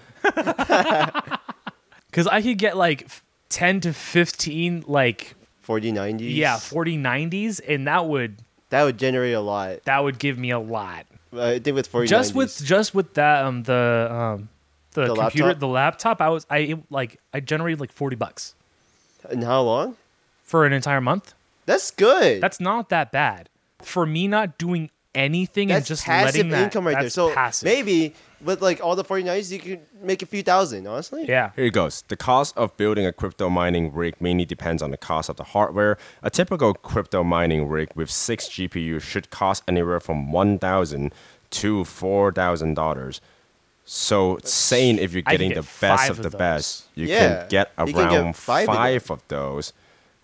Cuz I could get like f- 10 to 15 like
40, 90s.
yeah, 4090s and that would
that would generate a lot.
that would give me a lot.
I think with 40,
just
90s.
with just with that um the um the,
The
computer
laptop?
the laptop I was I like I generated like 40 bucks
and how long?
for an entire month.
That's good.
That's not that bad. For me not doing anything and
that's
just
passive
letting that
income right there.
that's
So
passive.
maybe with like all the 4090s, you could make a few thousand. Honestly,
yeah.
Here it goes. The cost of building a crypto mining rig mainly depends on the cost of the hardware. A typical crypto mining rig with six GPUs should cost anywhere from one thousand to four thousand dollars. So saying if you're
I can
getting
get
the best
five
of
of
the
those.
best, you
Yeah,
can get
you can get
around
five
five,
of
of those.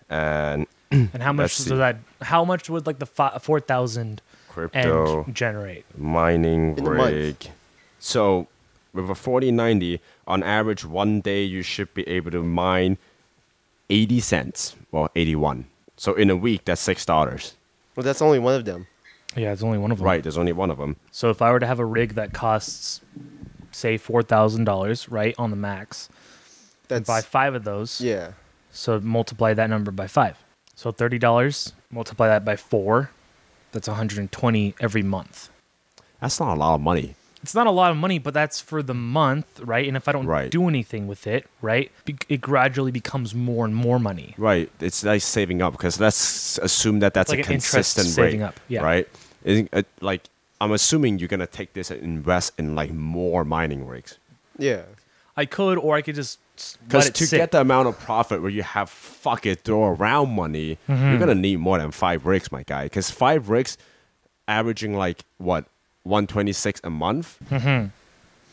And
And how much
Let's
does
see.
that how much would like the fi- 4000
Crypto.
and generate?
mining
In a month.
rig. So with a 4090, on average, one day you should be able to mine 80 cents, well, 81. So in a week, that's six dollars.
Well, that's only one of them.
Yeah, it's only one of them.
Right? There's only one of them.
So if I were to have a rig that costs say $4,000, right, on the max,
That's
buy 5 of those.
yeah.
So multiply that number by five. So thirty dollars. Multiply that by four. that's 120 every month.
That's not a lot of money.
It's not a lot of money, but that's for the month, right? And if I don't
Right.
do anything with it, right, be- it gradually becomes more and more money.
Right. It's like saving up because let's assume that that's
Like
a
an interest
consistent
saving
rate,
up, yeah.
Right. Isn't it- like I'm assuming you're gonna take this and invest in like more mining rigs
Yeah.
I could, or I could just s- let
because
it
to
sit.
get the amount of profit where you have fuck it throw around money, you're gonna need more than five rigs, my guy. Because five rigs, averaging like what 126 a month.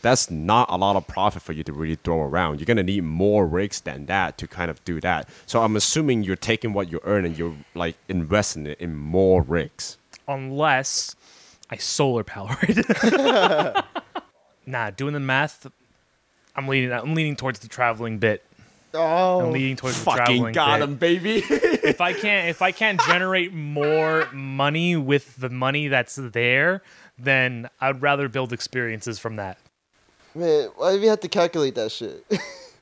That's not a lot of profit for you to really throw around. You're gonna need more rigs than that to kind of do that. So I'm assuming you're taking what you earn and you're like investing it in more rigs.
unless I solar power it. nah, doing the math, I'm leaning. I'm leaning towards the traveling bit.
Oh.
I'm leaning towards the
Fucking
traveling
got
bit.
him, baby.
If I can't, if I can't generate more money with the money that's there, then I'd rather build experiences from that.
Man, why do we have to calculate that shit?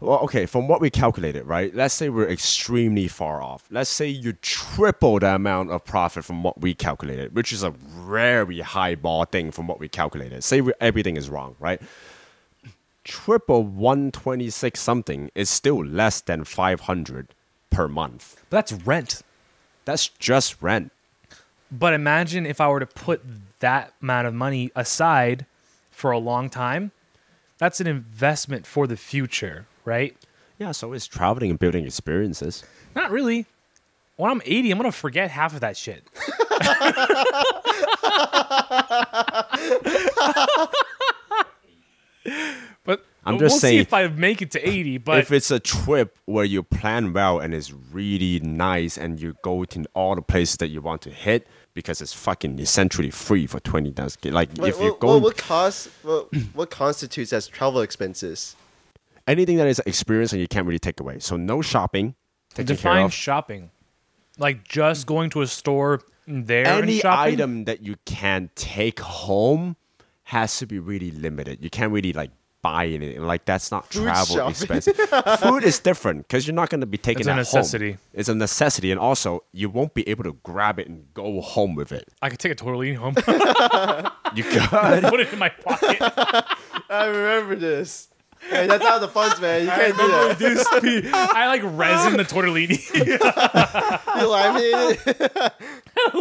Well, okay, from what we calculated, right? Let's say we're extremely far off. Let's say you triple the amount of profit from what we calculated, which is a very high bar thing from what we calculated. Say we, everything is wrong, right? Triple 126 something is still less than 500 per month.
But that's rent.
That's just rent.
But imagine if I were to put that amount of money aside for a long time. That's an investment for the future, right?
Yeah, so it's traveling and building experiences.
Not really. When I'm 80, I'm gonna forget half of that shit. but
I'm just
we'll
saying-
see if I make it to 80. But
if it's a trip where you plan well and it's really nice and you go to all the places that you want to hit because it's fucking essentially free for 20 dollars like
Wait,
if you're
what,
going
what, what cost? What, what constitutes as travel expenses?
anything that is an experience and you can't really take away so no shopping taken care
define
of
shopping, like just going to a store there and
any
shopping.
item that you can take home has to be really limited you can't really like buy anything like that's not travel
shopping.
expense food is different because you're not going to be taking
It's a
that home.
necessity.
it's a necessity and also you won't be able to grab it and go home with it
I could take a tortellini home,
You got
put it in my pocket.
I remember this. Hey, that's out of the funds, man. You can't do that.
I like resin the tortellini,
You laminated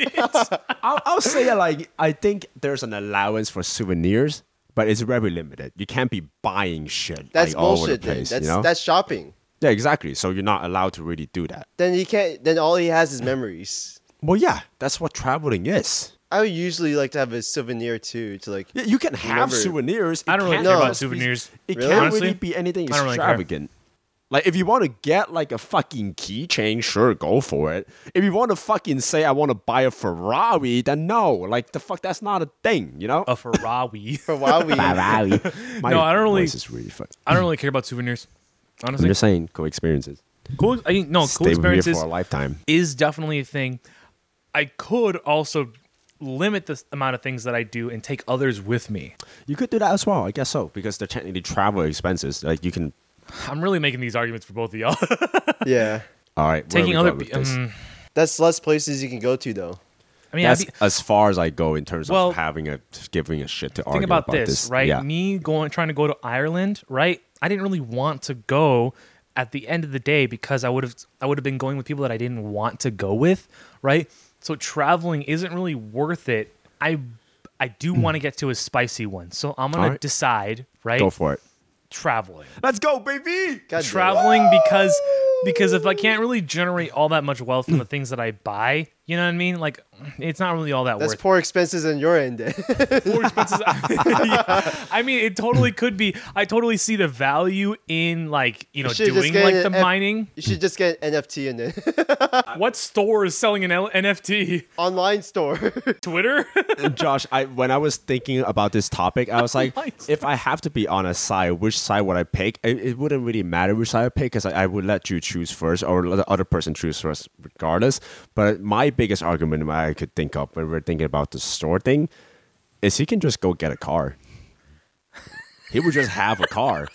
it.
laminate it.
I'll, I'll say like I think there's an allowance for souvenirs, but it's very limited. You can't be buying shit.
That's
like, All over the
bullshit. Then.
place,
That's
you know?
that's shopping.
yeah, exactly. So you're not allowed to really do that.
Then he can't. Then all he has is memories.
Well, yeah, that's what traveling is.
I would usually like to have a souvenir too, to like
Yeah, you can have
Remember-
souvenirs.
I
It
don't really
can't
care about
just be-
souvenirs,
It
really.
can't
Honestly,
really be anything
I don't really care.
extravagant. like if you want to get like a fucking keychain, sure, go for it. If you want to fucking say I want to buy a Ferrari, then no. Like the fuck, that's not a thing. You know.
A Ferrari.
for a while we.
Ferrari. My
No, I don't really-
voice is really fun.
I don't really care about souvenirs.
I'm
Honestly,
just saying, cool experiences.
cool. I, no, cool
Stay with me
experiences
for a lifetime.
is definitely a thing. I could also limit the amount of things that I do and take others with me.
You could do that as well, I guess so, because they're technically travel expenses. Like you can.
I'm really making these arguments for both of y'all.
Yeah,
All right, where
Taking
are we
other,
going
pe-
with this?
um,
that's less places you can go to though.
I mean, I'd
That's
be,
as far as I go in terms
Well,
of having a giving a shit to
think
argue
about,
about
this, right?
Yeah.
Me going trying to go to Ireland, right? I didn't really want to go at the end of the day because I would have I would have been going with people that I didn't want to go with, right? So traveling isn't really worth it. I I do
Mm.
want to get to a spicy one. So I'm going
Alright.
to decide, right?
Go for it.
traveling.
Let's go, baby.
God damn.
traveling because because if I can't really generate all that much wealth from the things that I buy, you know what I mean? Like it's not really all that
That's
worth.
poor expenses on your end. Then.
More expenses. Yeah. I mean, it totally could be. I totally see the value in like you know
should just
doing
get
like
an
the
F-
mining.
you should just get an NFT and then
What store is selling an L- NFT?
online store.
Twitter.
Josh, I when I was thinking about this topic, I was like,
Nice.
if I have to be on a side, which side would I pick? It, it wouldn't really matter which side I pick because I, I would let you choose first or let the other person choose first, regardless. But my biggest argument I could think of when we're thinking about the store thing is he can just go get a car. He would just have a car,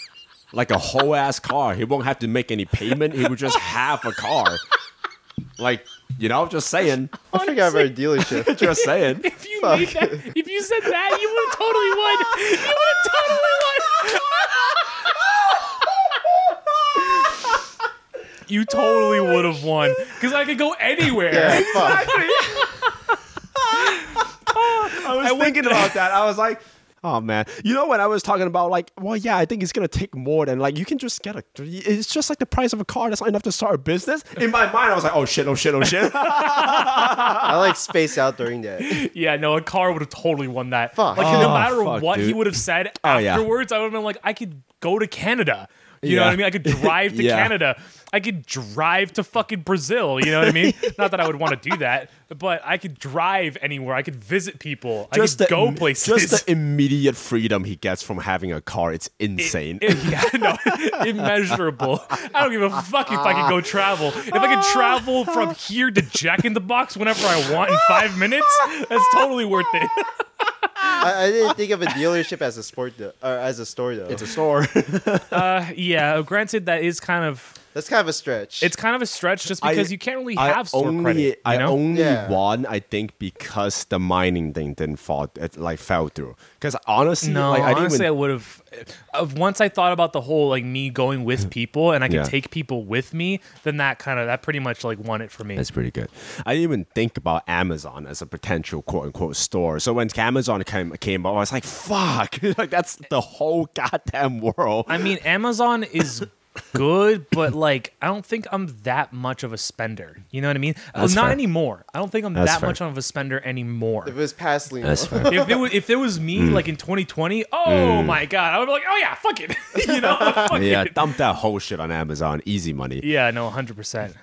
like a whole ass car. He won't have to make any payment. He would just have a car. Like, you know, just saying.
I forgot about a dealership.
Just saying.
If you
Fuck.
made that, if you said that, you would have totally won. You would have totally won. You totally would have won because I could go anywhere.
Yeah, fuck.
I was
went-
thinking about that. I was like, oh man. You know when I was talking about like, well, yeah, I think it's gonna take more than like you can just get a. It's just like the price of a car. That's not enough to start a business. In my mind, I was like, oh shit, oh shit, oh shit.
I like space out during that.
Yeah, no, a car would have totally won that.
Fuck.
Like, no
Oh,
matter
fuck,
what he
dude.
would have said
Oh, yeah.
afterwards, I would have been like, I could go to Canada. You know
Yeah.
what I mean? I could drive to
Yeah.
Canada. I could drive to fucking Brazil. You know what I mean? Not that I would want to do that, but I could drive anywhere. I could visit people. I could go places.
Just the immediate freedom he gets from having a car. It's insane.
yeah, no, immeasurable. I don't give a fuck if I could go travel. If I could travel from here to Jack in the Box whenever I want in five minutes, that's totally worth it.
I, I didn't think of a dealership as a sport though, or as a store though.
a store.
Uh, yeah, granted, that is kind of
That's kind of a stretch.
It's kind of a stretch just because you can't really have store
only,
credit. You
I
know?
only
Yeah.
won, I think, because the mining thing didn't fall, it, like fell through. Because honestly,
no,
like, I didn't
honestly,
even
I would have. Of once I thought about the whole like me going with people and I could
Yeah.
take people with me, then that kind of that pretty much like won it for me.
That's pretty good. I didn't even think about Amazon as a potential quote unquote store. So when Amazon came came up, I was like, fuck. like that's the whole goddamn world.
I mean, Amazon is good, but like I don't think I'm that much of a spender. You know what I mean? Uh,
That's
Not
fair.
anymore. I don't think I'm
That's
that
fair.
much of a spender anymore.
If it was past Lino.
if it was if it was me
Mm.
like in 2020, oh my god, I would be like, oh yeah, fuck it, you know, fuck
yeah,
it.
dump that whole shit on Amazon. Easy money.
Yeah, no, hundred percent.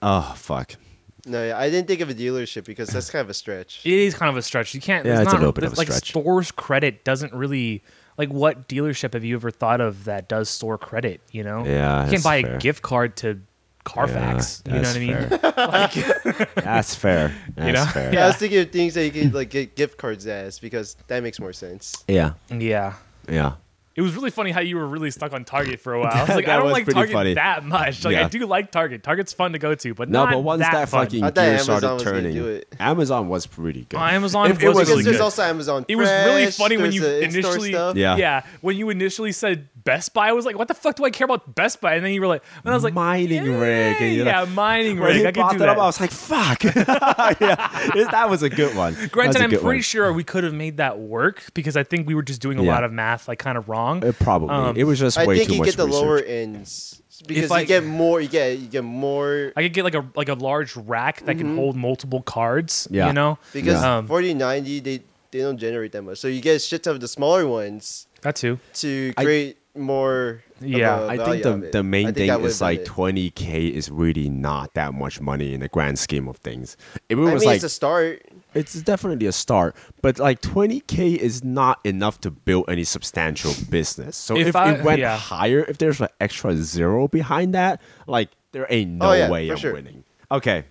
Oh fuck.
No, yeah, I didn't think of a dealership because that's kind of a stretch.
it is kind of a stretch. You can't.
Yeah,
there's
it's a
not,
little bit of
there's,
a
like,
stretch.
Stores credit doesn't really like. What dealership have you ever thought of that does store credit? You know,
Yeah,
you
that's
can't buy
fair.
a gift card to Carfax. you know what I mean?
that's fair. That's
know?
fair.
Yeah. I was thinking of things that you could like get gift cards as because that makes more sense.
Yeah.
Yeah.
Yeah.
It was really funny how you were really stuck on Target for a while. I was like,
That
I don't
was
like
pretty
Target
funny.
that much. Like, I
Yeah.
do like Target. Target's fun to go to, but
No,
not
but once that,
fun.
fucking
I
gear
thought Amazon
started
was gonna
turning,
do it.
Amazon was pretty good.
Oh, Amazon
If it was
was
Because
really
there's
good.
also Amazon.
It was really
Fresh,
funny when
there's
you
the in-store
initially,
stuff.
Yeah.
when you initially said Best Buy, I was like, "What the fuck do I care about Best Buy?" And then you were like, and I was like,
Mining rig, and
yeah,
you're
yeah,
like-
mining
When
rig,
he
I could
brought
do
that
that."
up, I was like, "Fuck!" yeah, it- that was a good one. That was
Granted,
a
I'm
good
pretty
one.
sure we could have made that work because I think we were just doing a
Yeah.
lot of math, like kind of wrong.
It probably.
Um,
it was just
I
way
think
too
you
much
get the
research.
lower ends because
I-
you get more. You get you get more
I could get like a like a large rack that can hold multiple cards.
Yeah.
you know,
Mm-hmm. because
Yeah. Um,
4090 they they don't generate that much. So you get a shit ton of the smaller ones
that too.
to
I-
create more. of
Yeah.
a
I
value
think
of
the,
it.
the
Uh, I
main
think
thing
that would've
is
been
like
it.
20k is really not that much money in the grand scheme of things. If it
I mean,
was like
it's a start.
it's definitely a start, but like 20k is not enough to build any substantial business. So
If
if,
I-
it went
yeah.
higher, if there's an extra zero behind that, like there ain't no
Oh, yeah,
way
for
I'm
sure.
winning. Okay,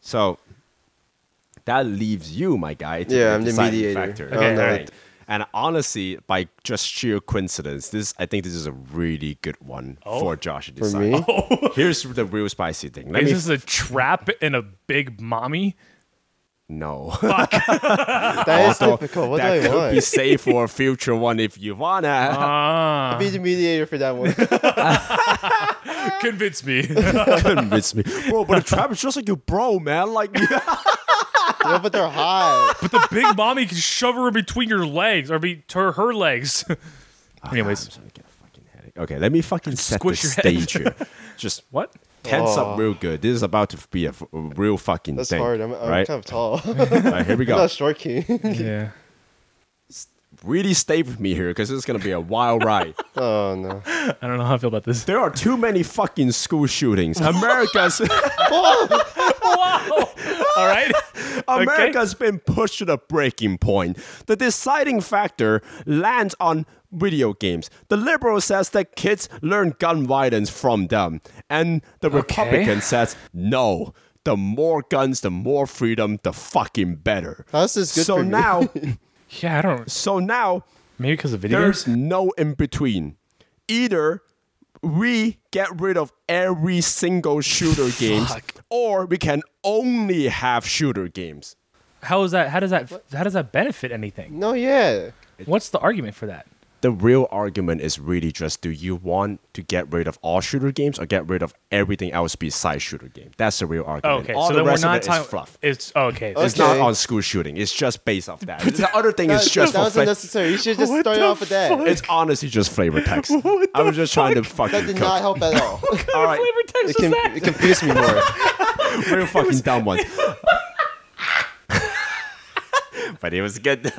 so that leaves you, my guy. to
Yeah,
be
I'm the
deciding
mediator.
factor.
I don't
know.
alright. And honestly, by just sheer coincidence, this I think this is a really good one
Oh.
for Josh to decide.
me?
Here's the real spicy thing. Let
Is
me
this a trap and a big mommy?
no.
That is
So
typical. What do
that
I
could
want?
be safe for a future one if you wanna.
Ah,
Be the mediator for that one.
convince me.
Convince me, bro. But a trap is just like your bro, man. Like,
no, but they're high.
But the big mommy can shove her between your legs or be her, her legs.
I'm
Anyways,
starting to get a fucking headache. Okay, let me fucking set
Squish
the
your head.
stage here. Just
what?
tense
Oh.
up real good. This is about to be a, f- a real fucking
That's
thing.
hard. I'm, I'm
right?
kind of tall.
All right, here we go.
not short king.
Yeah.
Really stay with me here because this is gonna be a wild ride.
oh no.
I don't know how I feel about this.
there are too many fucking school shootings. America's
Whoa! All right.
America's been pushed to the breaking point. The deciding factor lands on video games. The liberal says that kids learn gun violence from them, and the Republican says no. The more guns, the more freedom, the fucking better.
How's Oh, this good
so
for you?
now,
Yeah, I don't.
so now
Maybe because of video
there's no in between. Either we get rid of every single shooter games, or we can only have shooter games.
How is that? How does that? How does that benefit anything?
No, yeah.
What's the argument for that?
The real argument is really just do you want to get rid of all shooter games or get rid of everything else besides shooter game? That's the real argument.
Oh, Okay,
all
so
the
then we're
rest
not
of it is
talking.
fluff.
It's oh, okay.
It's not
Okay.
on school shooting. It's just based off that. the other thing
That,
is just
that
for
was
fla-
unnecessary. You should just
What
start
the
off with that.
fuck?
It's honestly just flavor text. I was just trying to
That
fucking
did
cook.
not help at all.
All right,
It, can, it confused me more.
real fucking dumb one. but it was good.
It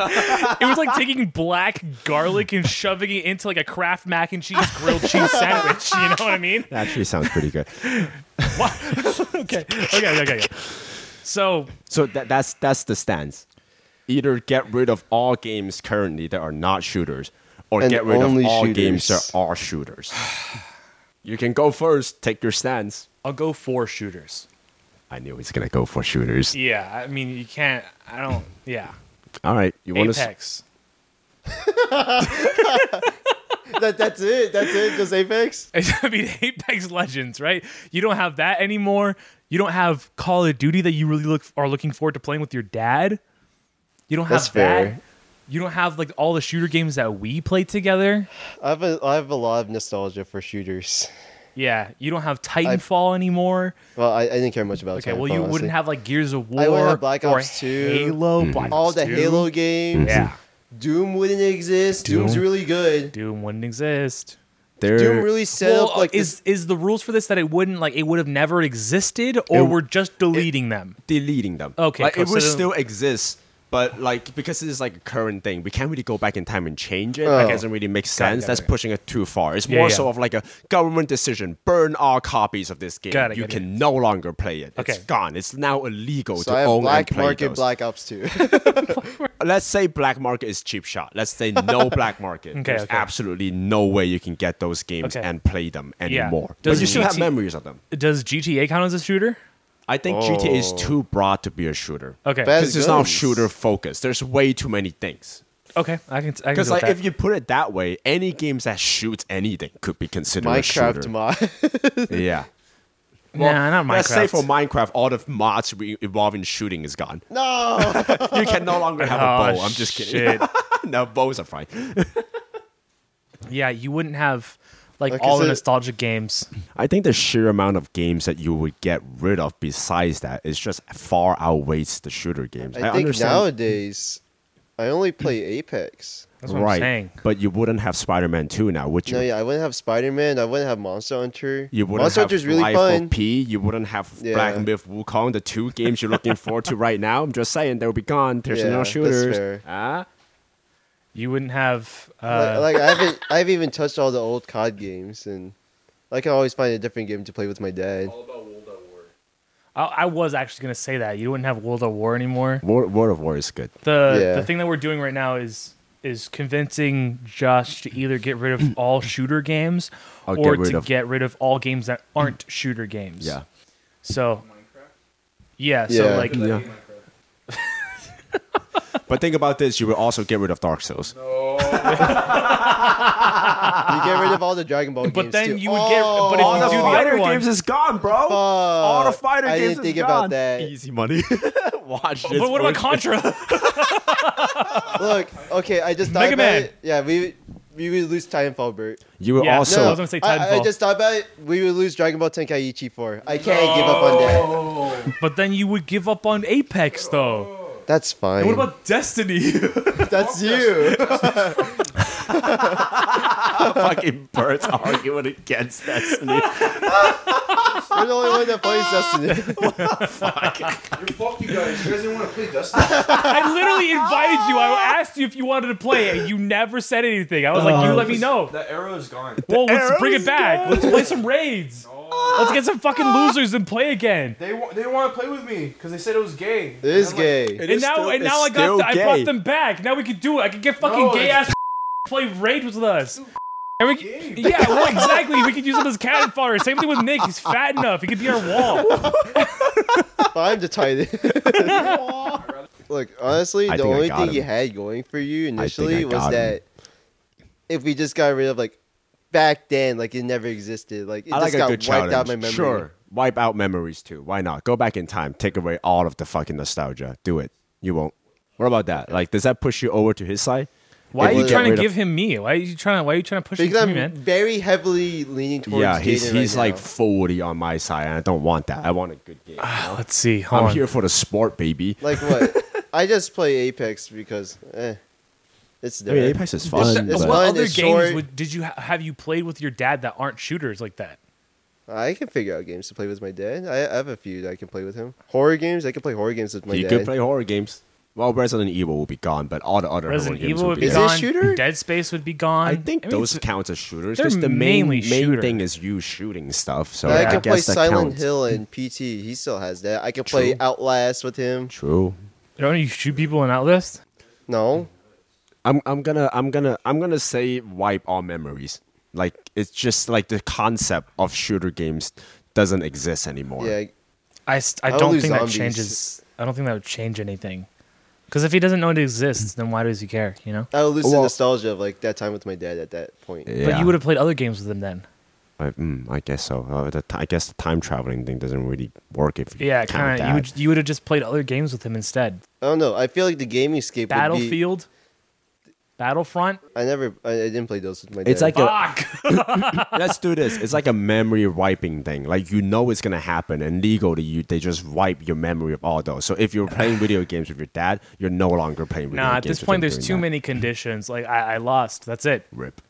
was like taking black garlic and shoving it into like a Kraft mac and cheese grilled cheese sandwich. You know what I mean?
Actually, sounds pretty good.
Okay. Okay. Okay. okay. So
So that, that's that's the stance. Either get rid of all games currently that are not shooters, or
And
get rid of
only
all games
shooters.
that are shooters. you can go first. Take your stance.
I'll go for shooters.
I knew he's gonna go for shooters.
Yeah. I mean, you can't. I don't. Yeah.
All right, you want to?
Apex.
that, that's it. That's it. Just Apex.
I mean, Apex Legends, right? You don't have that anymore. You don't have Call of Duty that you really look are looking forward to playing with your dad. You don't have
That's fair.
that. You don't have like all the shooter games that we play together.
I have a, I have a lot of nostalgia for shooters.
Yeah, you don't have Titanfall anymore.
Well, I, I didn't care much about.
Okay,
Titanfall,
well, you
honestly.
wouldn't have like Gears of War
I wouldn't have Black
or
Ops 2,
Halo, Black
all
Ops
the
2.
Halo games.
Yeah,
Doom wouldn't exist. Doom's
Doom.
really good.
Doom wouldn't exist.
Doom really set
Well,
up like
is
this.
is the rules for this that it wouldn't like it would have never existed, or
It-
we're just deleting them?
deleting them.
Okay,
like,
cool.
it will
So-
still exist, but like because it is like a current thing, we can't really go back in time and change it. That
Oh.
doesn't really make sense.
got
That's
it.
pushing it too far. It's
Yeah,
more
yeah.
so of like a government decision: burn all copies of this game.
Got it,
you
got it.
can no longer play it. It's
Okay.
gone. It's now illegal
So
to
I have
own
Black
and play
Market
those.
Black Ops 2.
Let's say black market is cheap shot. Let's say no black market.
Okay,
There's
okay.
absolutely no way you can get those games
Okay.
and play them
Yeah.
anymore. But
Does
you still have
GT
memories of them.
Does GTA count as a shooter?
I think GTA is
Oh.
too broad to be a shooter.
Okay.
Bad-
Because it's not
guns.
shooter focused. There's way too many things.
Okay, I can. I can
Because
go with
like
that.
if you put it that way, any games that shoots anything could be considered a
Minecraft
shooter.
mod.
yeah.
nah, not Minecraft.
Let's say for Minecraft, all the mods re- involving shooting is gone.
no.
You can no longer have
Oh,
a bow. I'm just kidding.
shit.
no, bows are fine.
yeah, you wouldn't have like
Okay,
all the
so-
nostalgic games.
I think the sheer amount of games that you would get rid of besides that is just far outweighs the shooter games.
I think
understand.
nowadays, I only play Apex.
That's what
right,
I'm saying.
but you wouldn't have Spider-Man 2 now, would you?
No, yeah, I wouldn't have Spider Man. I wouldn't have Monster Hunter.
You wouldn't
Monster
have
Hunter's really
Life
fun.
of P. You wouldn't have Black
Yeah.
Myth Wukong, the two games you're looking forward to right now. I'm just saying they'll be gone. There's
Yeah,
no
that's
shooters. Ah?
fair.
Huh?
You wouldn't have.
Like,
Uh,
like, I haven't, I haven't even touched all the old COD games, and I can always find a different game to play with my dad.
I, I was actually gonna say that you wouldn't have World at War anymore.
World, World of War is good.
The
Yeah.
the thing that we're doing right now is is convincing Josh to either get rid of all shooter games
Or
or,
get rid
to
of-
get rid of all games that aren't shooter games.
Yeah.
So. Yeah. So
Yeah.
like.
Yeah. but think about this. You will also get rid of Dark Souls.
You get rid of all the Dragon Ball games.
But then
too. Oh,
you would get. But
All
if
the
you do the
fighter
other one,
games is gone, bro. All the fighter
I
games
didn't
is
think
gone.
about that.
Easy money. Watch this.
but what about
first.
Contra?
Look, okay, I just thought
Mega
about
Man.
it. Yeah, we we would lose Titanfall, Bert.
You will
Yeah,
also.
I was gonna say
I, I
Titanfall.
just thought about it. We would lose Dragon Ball Tenkaichi 4. I can't give up on
But then you would give up on Apex, though.
that. That's fine.
What about Destiny?
That's you.
fucking birds arguing against Destiny.
You're the only one that plays Destiny.
Fuck you guys. You guys didn't want to play Destiny.
I literally invited you. I asked you if you wanted to play, and you never said anything. I was like, you let
Oh.
me know.
That arrow is gone.
Well, let's
arrow's
bring it back.
gone.
Let's play some raids. Let's get some fucking losers and play again.
They wa- they want to play with me because they said it was gay.
It is gay.
It
And
is
now,
still-
and
it's
now I
still
got, the, I brought
gay.
them back. Now we could do it. I could get fucking
No,
gay
it's-
ass play raids with us. And we could, yeah, well, exactly. We could use him as cannon fodder. Same thing with Nick. He's fat enough. He could be our wall.
But I'm the Titan. Look, honestly,
I
the
think I
only
got
thing
him.
you had going for you
I
initially was
got him.
that if we just got rid of like back then, like it never existed. Like it
I
just
like a
got
good
wiped
challenge.
out my memory.
Sure, Wipe out memories too. Why not? Go back in time. Take away all of the fucking nostalgia. Do it. You won't. What about that? Like, does that push you over to his side? If
Why are you
get
trying
rid
to
of-
give him me? Why are you trying to? Why are you trying to push it
Because
to me,
I'm
man?
very heavily leaning towards.
Yeah, he's
Jaden right
he's like
now.
forty on my side, and I don't want that. I want a good game.
Let's see. Hold
I'm
on.
here for the sport, baby.
Like what? I just play Apex because eh, it's
I mean,
different.
Apex is
It's
fun. but-
fun.
What
One
other
is
games
short.
would, did you ha- have you played with your dad that aren't shooters like that?
I can figure out games to play with my dad. I, I have a few that I can play with him. Horror games. I can play horror games with my
you
dad.
could play horror games. Well, Resident Evil will be gone, but all the other
Resident
horror games
Evil
will
would be
Is it
there.
a
gone.
shooter?
Dead Space would be gone.
I think
mean,
those
it's-
count as shooters.
they're
Just the
mainly
main
shooter.
main thing is you shooting stuff. So
Now, I
I
can play
guess that
Silent
counts.
Hill and PT. He still has that. I can play
True.
Outlast with him.
True.
Don't you shoot people in Outlast?
No,
I'm I'm gonna I'm gonna I'm gonna say wipe all memories. Like it's just like the concept of shooter games doesn't exist anymore.
yeah,
I, s- I
I would
don't
lose
think that
zombies.
changes. I don't think that would change anything. Because if he doesn't know it exists, then why does he care? You know.
I would lose the
Well-
nostalgia of like that time with my dad at that point.
But
Yeah.
you would have played other games with him then.
I, mm, I guess so. Uh, the t- I guess the time traveling thing doesn't really work if you
Yeah,
count
kind of.
that.
You would you would have just played other games with him instead.
I don't know. I feel like the gaming scape. Would be,
Battlefield, Battlefront.
I never. I, I didn't play those with my dad.
It's like a,
Fuck.
let's do this. It's like a memory wiping thing. Like you know it's gonna happen, and legally you they just wipe your memory of all those. So if you're playing video games with your dad, you're no longer playing video
Nah, at
games.
this
with
point,
him
there's
during
too
that.
many conditions. Like I, I lost. That's it.
Rip.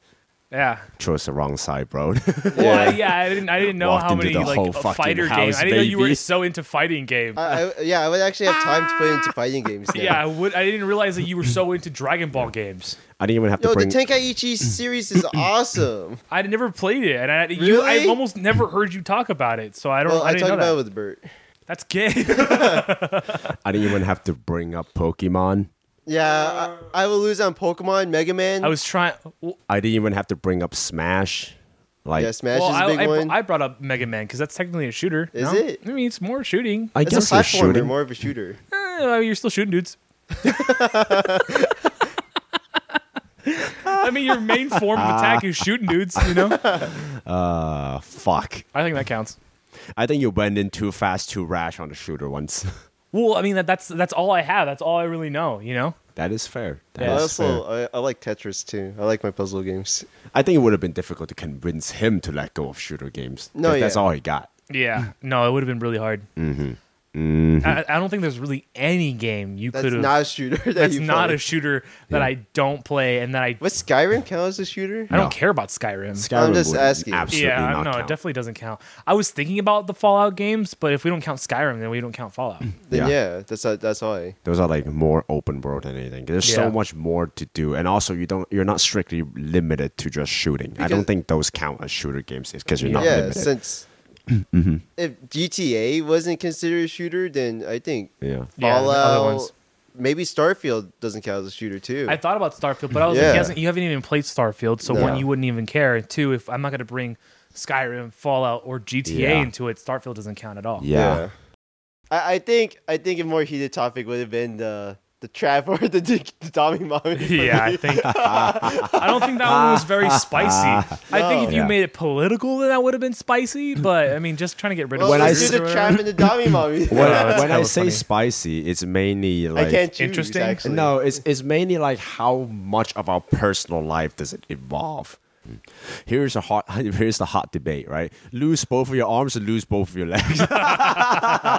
Yeah.
Chose the wrong side, bro.
Well, I- yeah. I didn't. I didn't know
Walked
how
into
many
the
like
whole
a
fucking
fighter game.
house,
I didn't know you were
baby.
so into fighting game.
I, I, yeah, I would actually have time to play into fighting games. Now.
yeah, I would. I didn't realize that you were so into Dragon Ball games.
I didn't even have
Yo,
to bring.
the Tenkaichi series is awesome.
I'd never played it, and I, you,
Really?
I've almost never heard you talk about it. So I don't.
Well,
I
I,
didn't
talked
know
about
that.
it with Bert.
That's gay.
I didn't even have to bring up Pokemon.
Yeah, I, I will lose on Pokemon, Mega Man.
I was trying. Well,
I didn't even have to bring up Smash. Like
yeah, Smash
well,
is a
I,
big
I,
one.
I brought up Mega Man because that's technically a shooter.
Is
no?
it?
I mean, it's more shooting.
I
it's a
guess you're
platformer,
shooting.
more of a shooter.
Eh, you're still shooting dudes. I mean, your main form of attack is shooting dudes. You know,
Uh, fuck.
I think that counts.
I think you went in too fast, too rash on the shooter once.
Well, I mean that, that's that's all I have. That's all I really know. You know,
that is fair. That
Yeah.
I
is fair.
also, I, I like Tetris too. I like my puzzle games.
I think it would have been difficult to convince him to let go of shooter games.
No,
'cause that's
yeah.
all he got.
yeah. No, it would have been really hard. Mm-hmm. I, I don't think there's really any game you
Mm-hmm. That's
could have.
not a shooter. That
that's
you
not
play.
a shooter that I don't play and that I
What Skyrim count as a shooter?
I don't
No.
care about Skyrim.
Skyrim
I'm just
would
asking.
Absolutely
Yeah,
not
no, it
count.
definitely doesn't count. I was thinking about the Fallout games, but if we don't count Skyrim, then we don't count Fallout.
Then
yeah.
yeah, that's how, that's all I.
Those are like more open world than anything. There's
Yeah.
so much more to do, and also you don't you're not strictly limited to just shooting. I
Because-
don't think those count as shooter games because you're not Mm-hmm.
yeah,
limited.
since if GTA wasn't considered a shooter, then I think
yeah.
Yeah, the other
Fallout,
ones.
maybe Starfield doesn't count as a shooter too.
I thought about Starfield, but I was like,
Yeah.
you, hasn't- you haven't even played Starfield, so
No.
one, you wouldn't even care. And Two, if I'm not going to bring Skyrim, Fallout, or GTA
Yeah.
into it, Starfield doesn't count at all.
Yeah.
I, I think I think a more heated topic would have been the the trap or the, the Tommy mommy. for
Yeah, I
me.
think I don't think that one was very spicy. I think if you
No.
made it political, then that would have been spicy. But I mean, just trying to get rid
Well,
of
When I
let's
spices
do
or
the
whatever.
trap and the Tommy mommy.
When,
Wow, that's
when I
hella
say
funny.
spicy, it's mainly
I
like
can't choose.
Interesting.
Actually.
No, it's it's mainly like how much of our personal life does it involve. Here's a hot here's the hot debate, right? Lose both of your arms or lose both of your legs.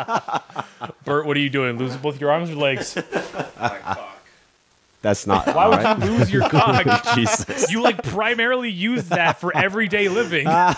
Bert, what are you doing? Lose both your arms or legs?
That's not
Why would
alright?
you lose your cock?
Jesus.
You like primarily use that for everyday living.
no, yeah.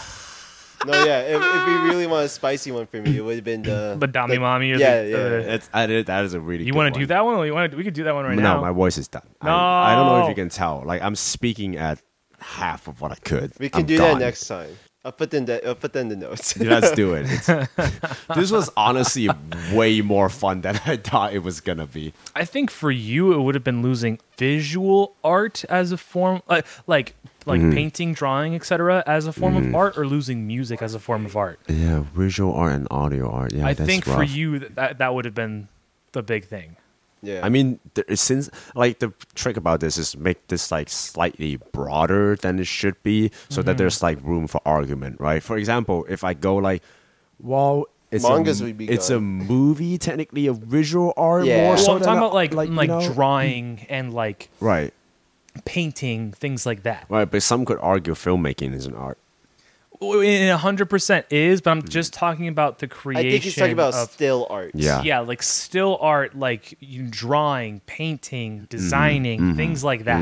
If, if we really want a spicy one for me, it would have been the.
But Dommy Mommy is
Yeah,
the-
yeah.
the-
That's I did, that is a really
You
want
want to do that one? Or you want to, we could do that one right
no,
now.
my voice is done. I, I don't know if you
No.
can tell. Like I'm speaking at half of what I could.
we can
I'm
do
gone.
that next time. I'll put in the I'll put that in the notes.
Yeah, Let's do it. It's- this was honestly way more fun than I thought it was gonna be.
I think for you, it would have been losing visual art as a form, uh, like like painting, drawing, etc., as a form of art, or losing music as a form of art.
Yeah, visual art and audio art. Yeah,
I think for you, that that, that would have been the big thing.
Yeah.
I mean, th- since like the trick about this is make this like slightly
Mm-hmm.
broader than it should be, so that there's like room for argument, right? For example, if I go like,
Well,
It's
Mangas
a,
would be
It's
good.
a movie, technically a visual art.
Yeah.
More
Well,
so
Well, I'm
than
talking
a-
about like like,
you know-
drawing and like
Right.
painting things like that.
Right, but some could argue filmmaking is an art.
A hundred percent is, but I'm
Mm.
just talking about the
I
creation.
think he's talking about
of,
still art.
Yeah.
yeah, like still art, like you drawing, painting, designing, things like that.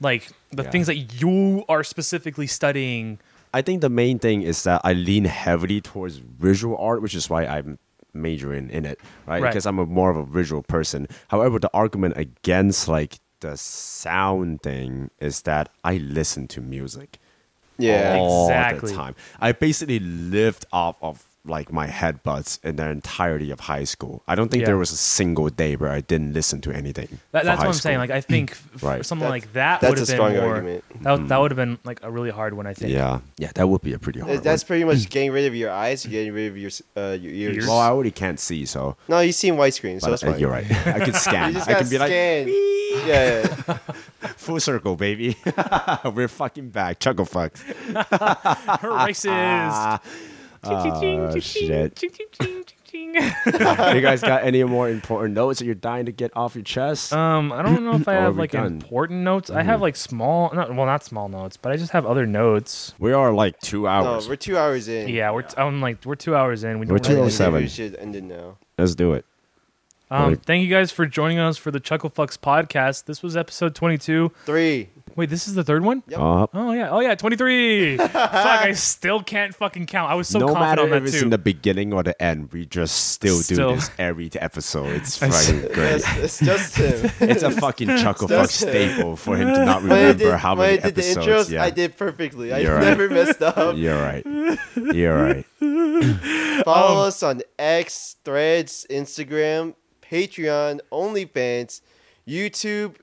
Like the
Mm-hmm. Yeah.
things that you are specifically studying.
I think the main thing is that I lean heavily towards visual art, which is why I'm majoring in it, right?
Right.
Because I'm a more of a visual person. However, the argument against like the sound thing is that I listen to music
Yeah.
all
Exactly.
the time. I basically lived off of like my headbutts in the entirety of high school. I don't think
Yeah.
there was a single day where I didn't listen to anything.
That,
for
that's
high
what I'm saying.
school.
Like I think f-
Right. Mm-hmm.
something
That's-
like that
that's
would have
a
been
strong
more.
argument.
That, that would have been like a really hard one. I think.
yeah, yeah, that would be a pretty hard.
That-
one.
That's pretty much getting rid of your eyes, getting rid of your s- uh, your ears.
Ears.
well, I already can't see, so
No, you see in widescreen, so
but,
that's
uh,
fine.
you're right. I could scan.
You just
I
got
could be like,
scanned. yeah, yeah.
Full circle, baby. We're fucking back. Chuckle fuck.
Her
Uh,
racist.
Oh, shit.
Ching, ching, ching, ching, ching.
you guys got any more important notes that you're dying to get off your chest?
Um, I don't know if I
Or are
have
we
like
done? Mm-hmm.
important notes. I have like small, not, well, not small notes, but I just have other notes.
we are like two
No,
hours.
we're two hours in.
Yeah, we're t- I'm like we're two hours in. We
We're
don't
Maybe
really-
207.
We should end it now.
Let's do it.
Um,
Like-
thank you guys for joining us for the Chuckle Fucks podcast. This was episode 22.
Three.
Wait, this is the third one.
Yep.
Uh,
Oh yeah, oh yeah, 23. Fuck, I still can't fucking count. I was so
no
confident
matter
on that
if it's
too.
in the beginning or the end, we just still,
Still.
do this every episode. It's
I s-
fucking great.
That's, that's just him.
It's a fucking chuckle fuck
That's-
staple for him to not
When I
remember
did,
how
when I
many
did the
episodes.
intros,
yeah.
I did perfectly. I
You're right.
never messed up.
You're right. You're right.
Follow us on X, Threads, Instagram, Patreon, OnlyFans, YouTube,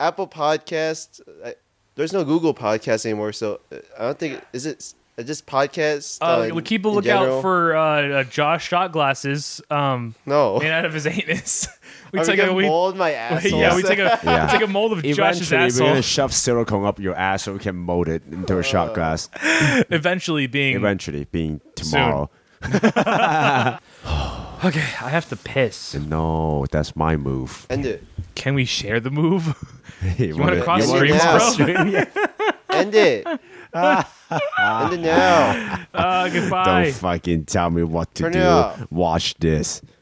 Apple Podcasts. I, there's no Google Podcast anymore, so uh, I don't think is it uh, just podcast.
uh,
on-
we keep a
in
lookout
general?
for uh, uh, Josh shot glasses um,
no.
made out of his anus. we
I'm
take
gonna
a we,
mold my asshole.
yeah, we take a
Yeah.
we take a mold of Josh's
Eventually, we're
asshole.
gonna shove silicone up your ass so we can mold it into a shot glass.
eventually being
Eventually, being tomorrow.
okay i have to piss
No, that's my move.
End it.
can we share the move
You wanna-
wanna cross
you wanna
streams, bro?
cross stream? Yeah.
End it. End it now.
uh goodbye
Don't fucking tell me what to
Turn it
do.
up.
Watch this.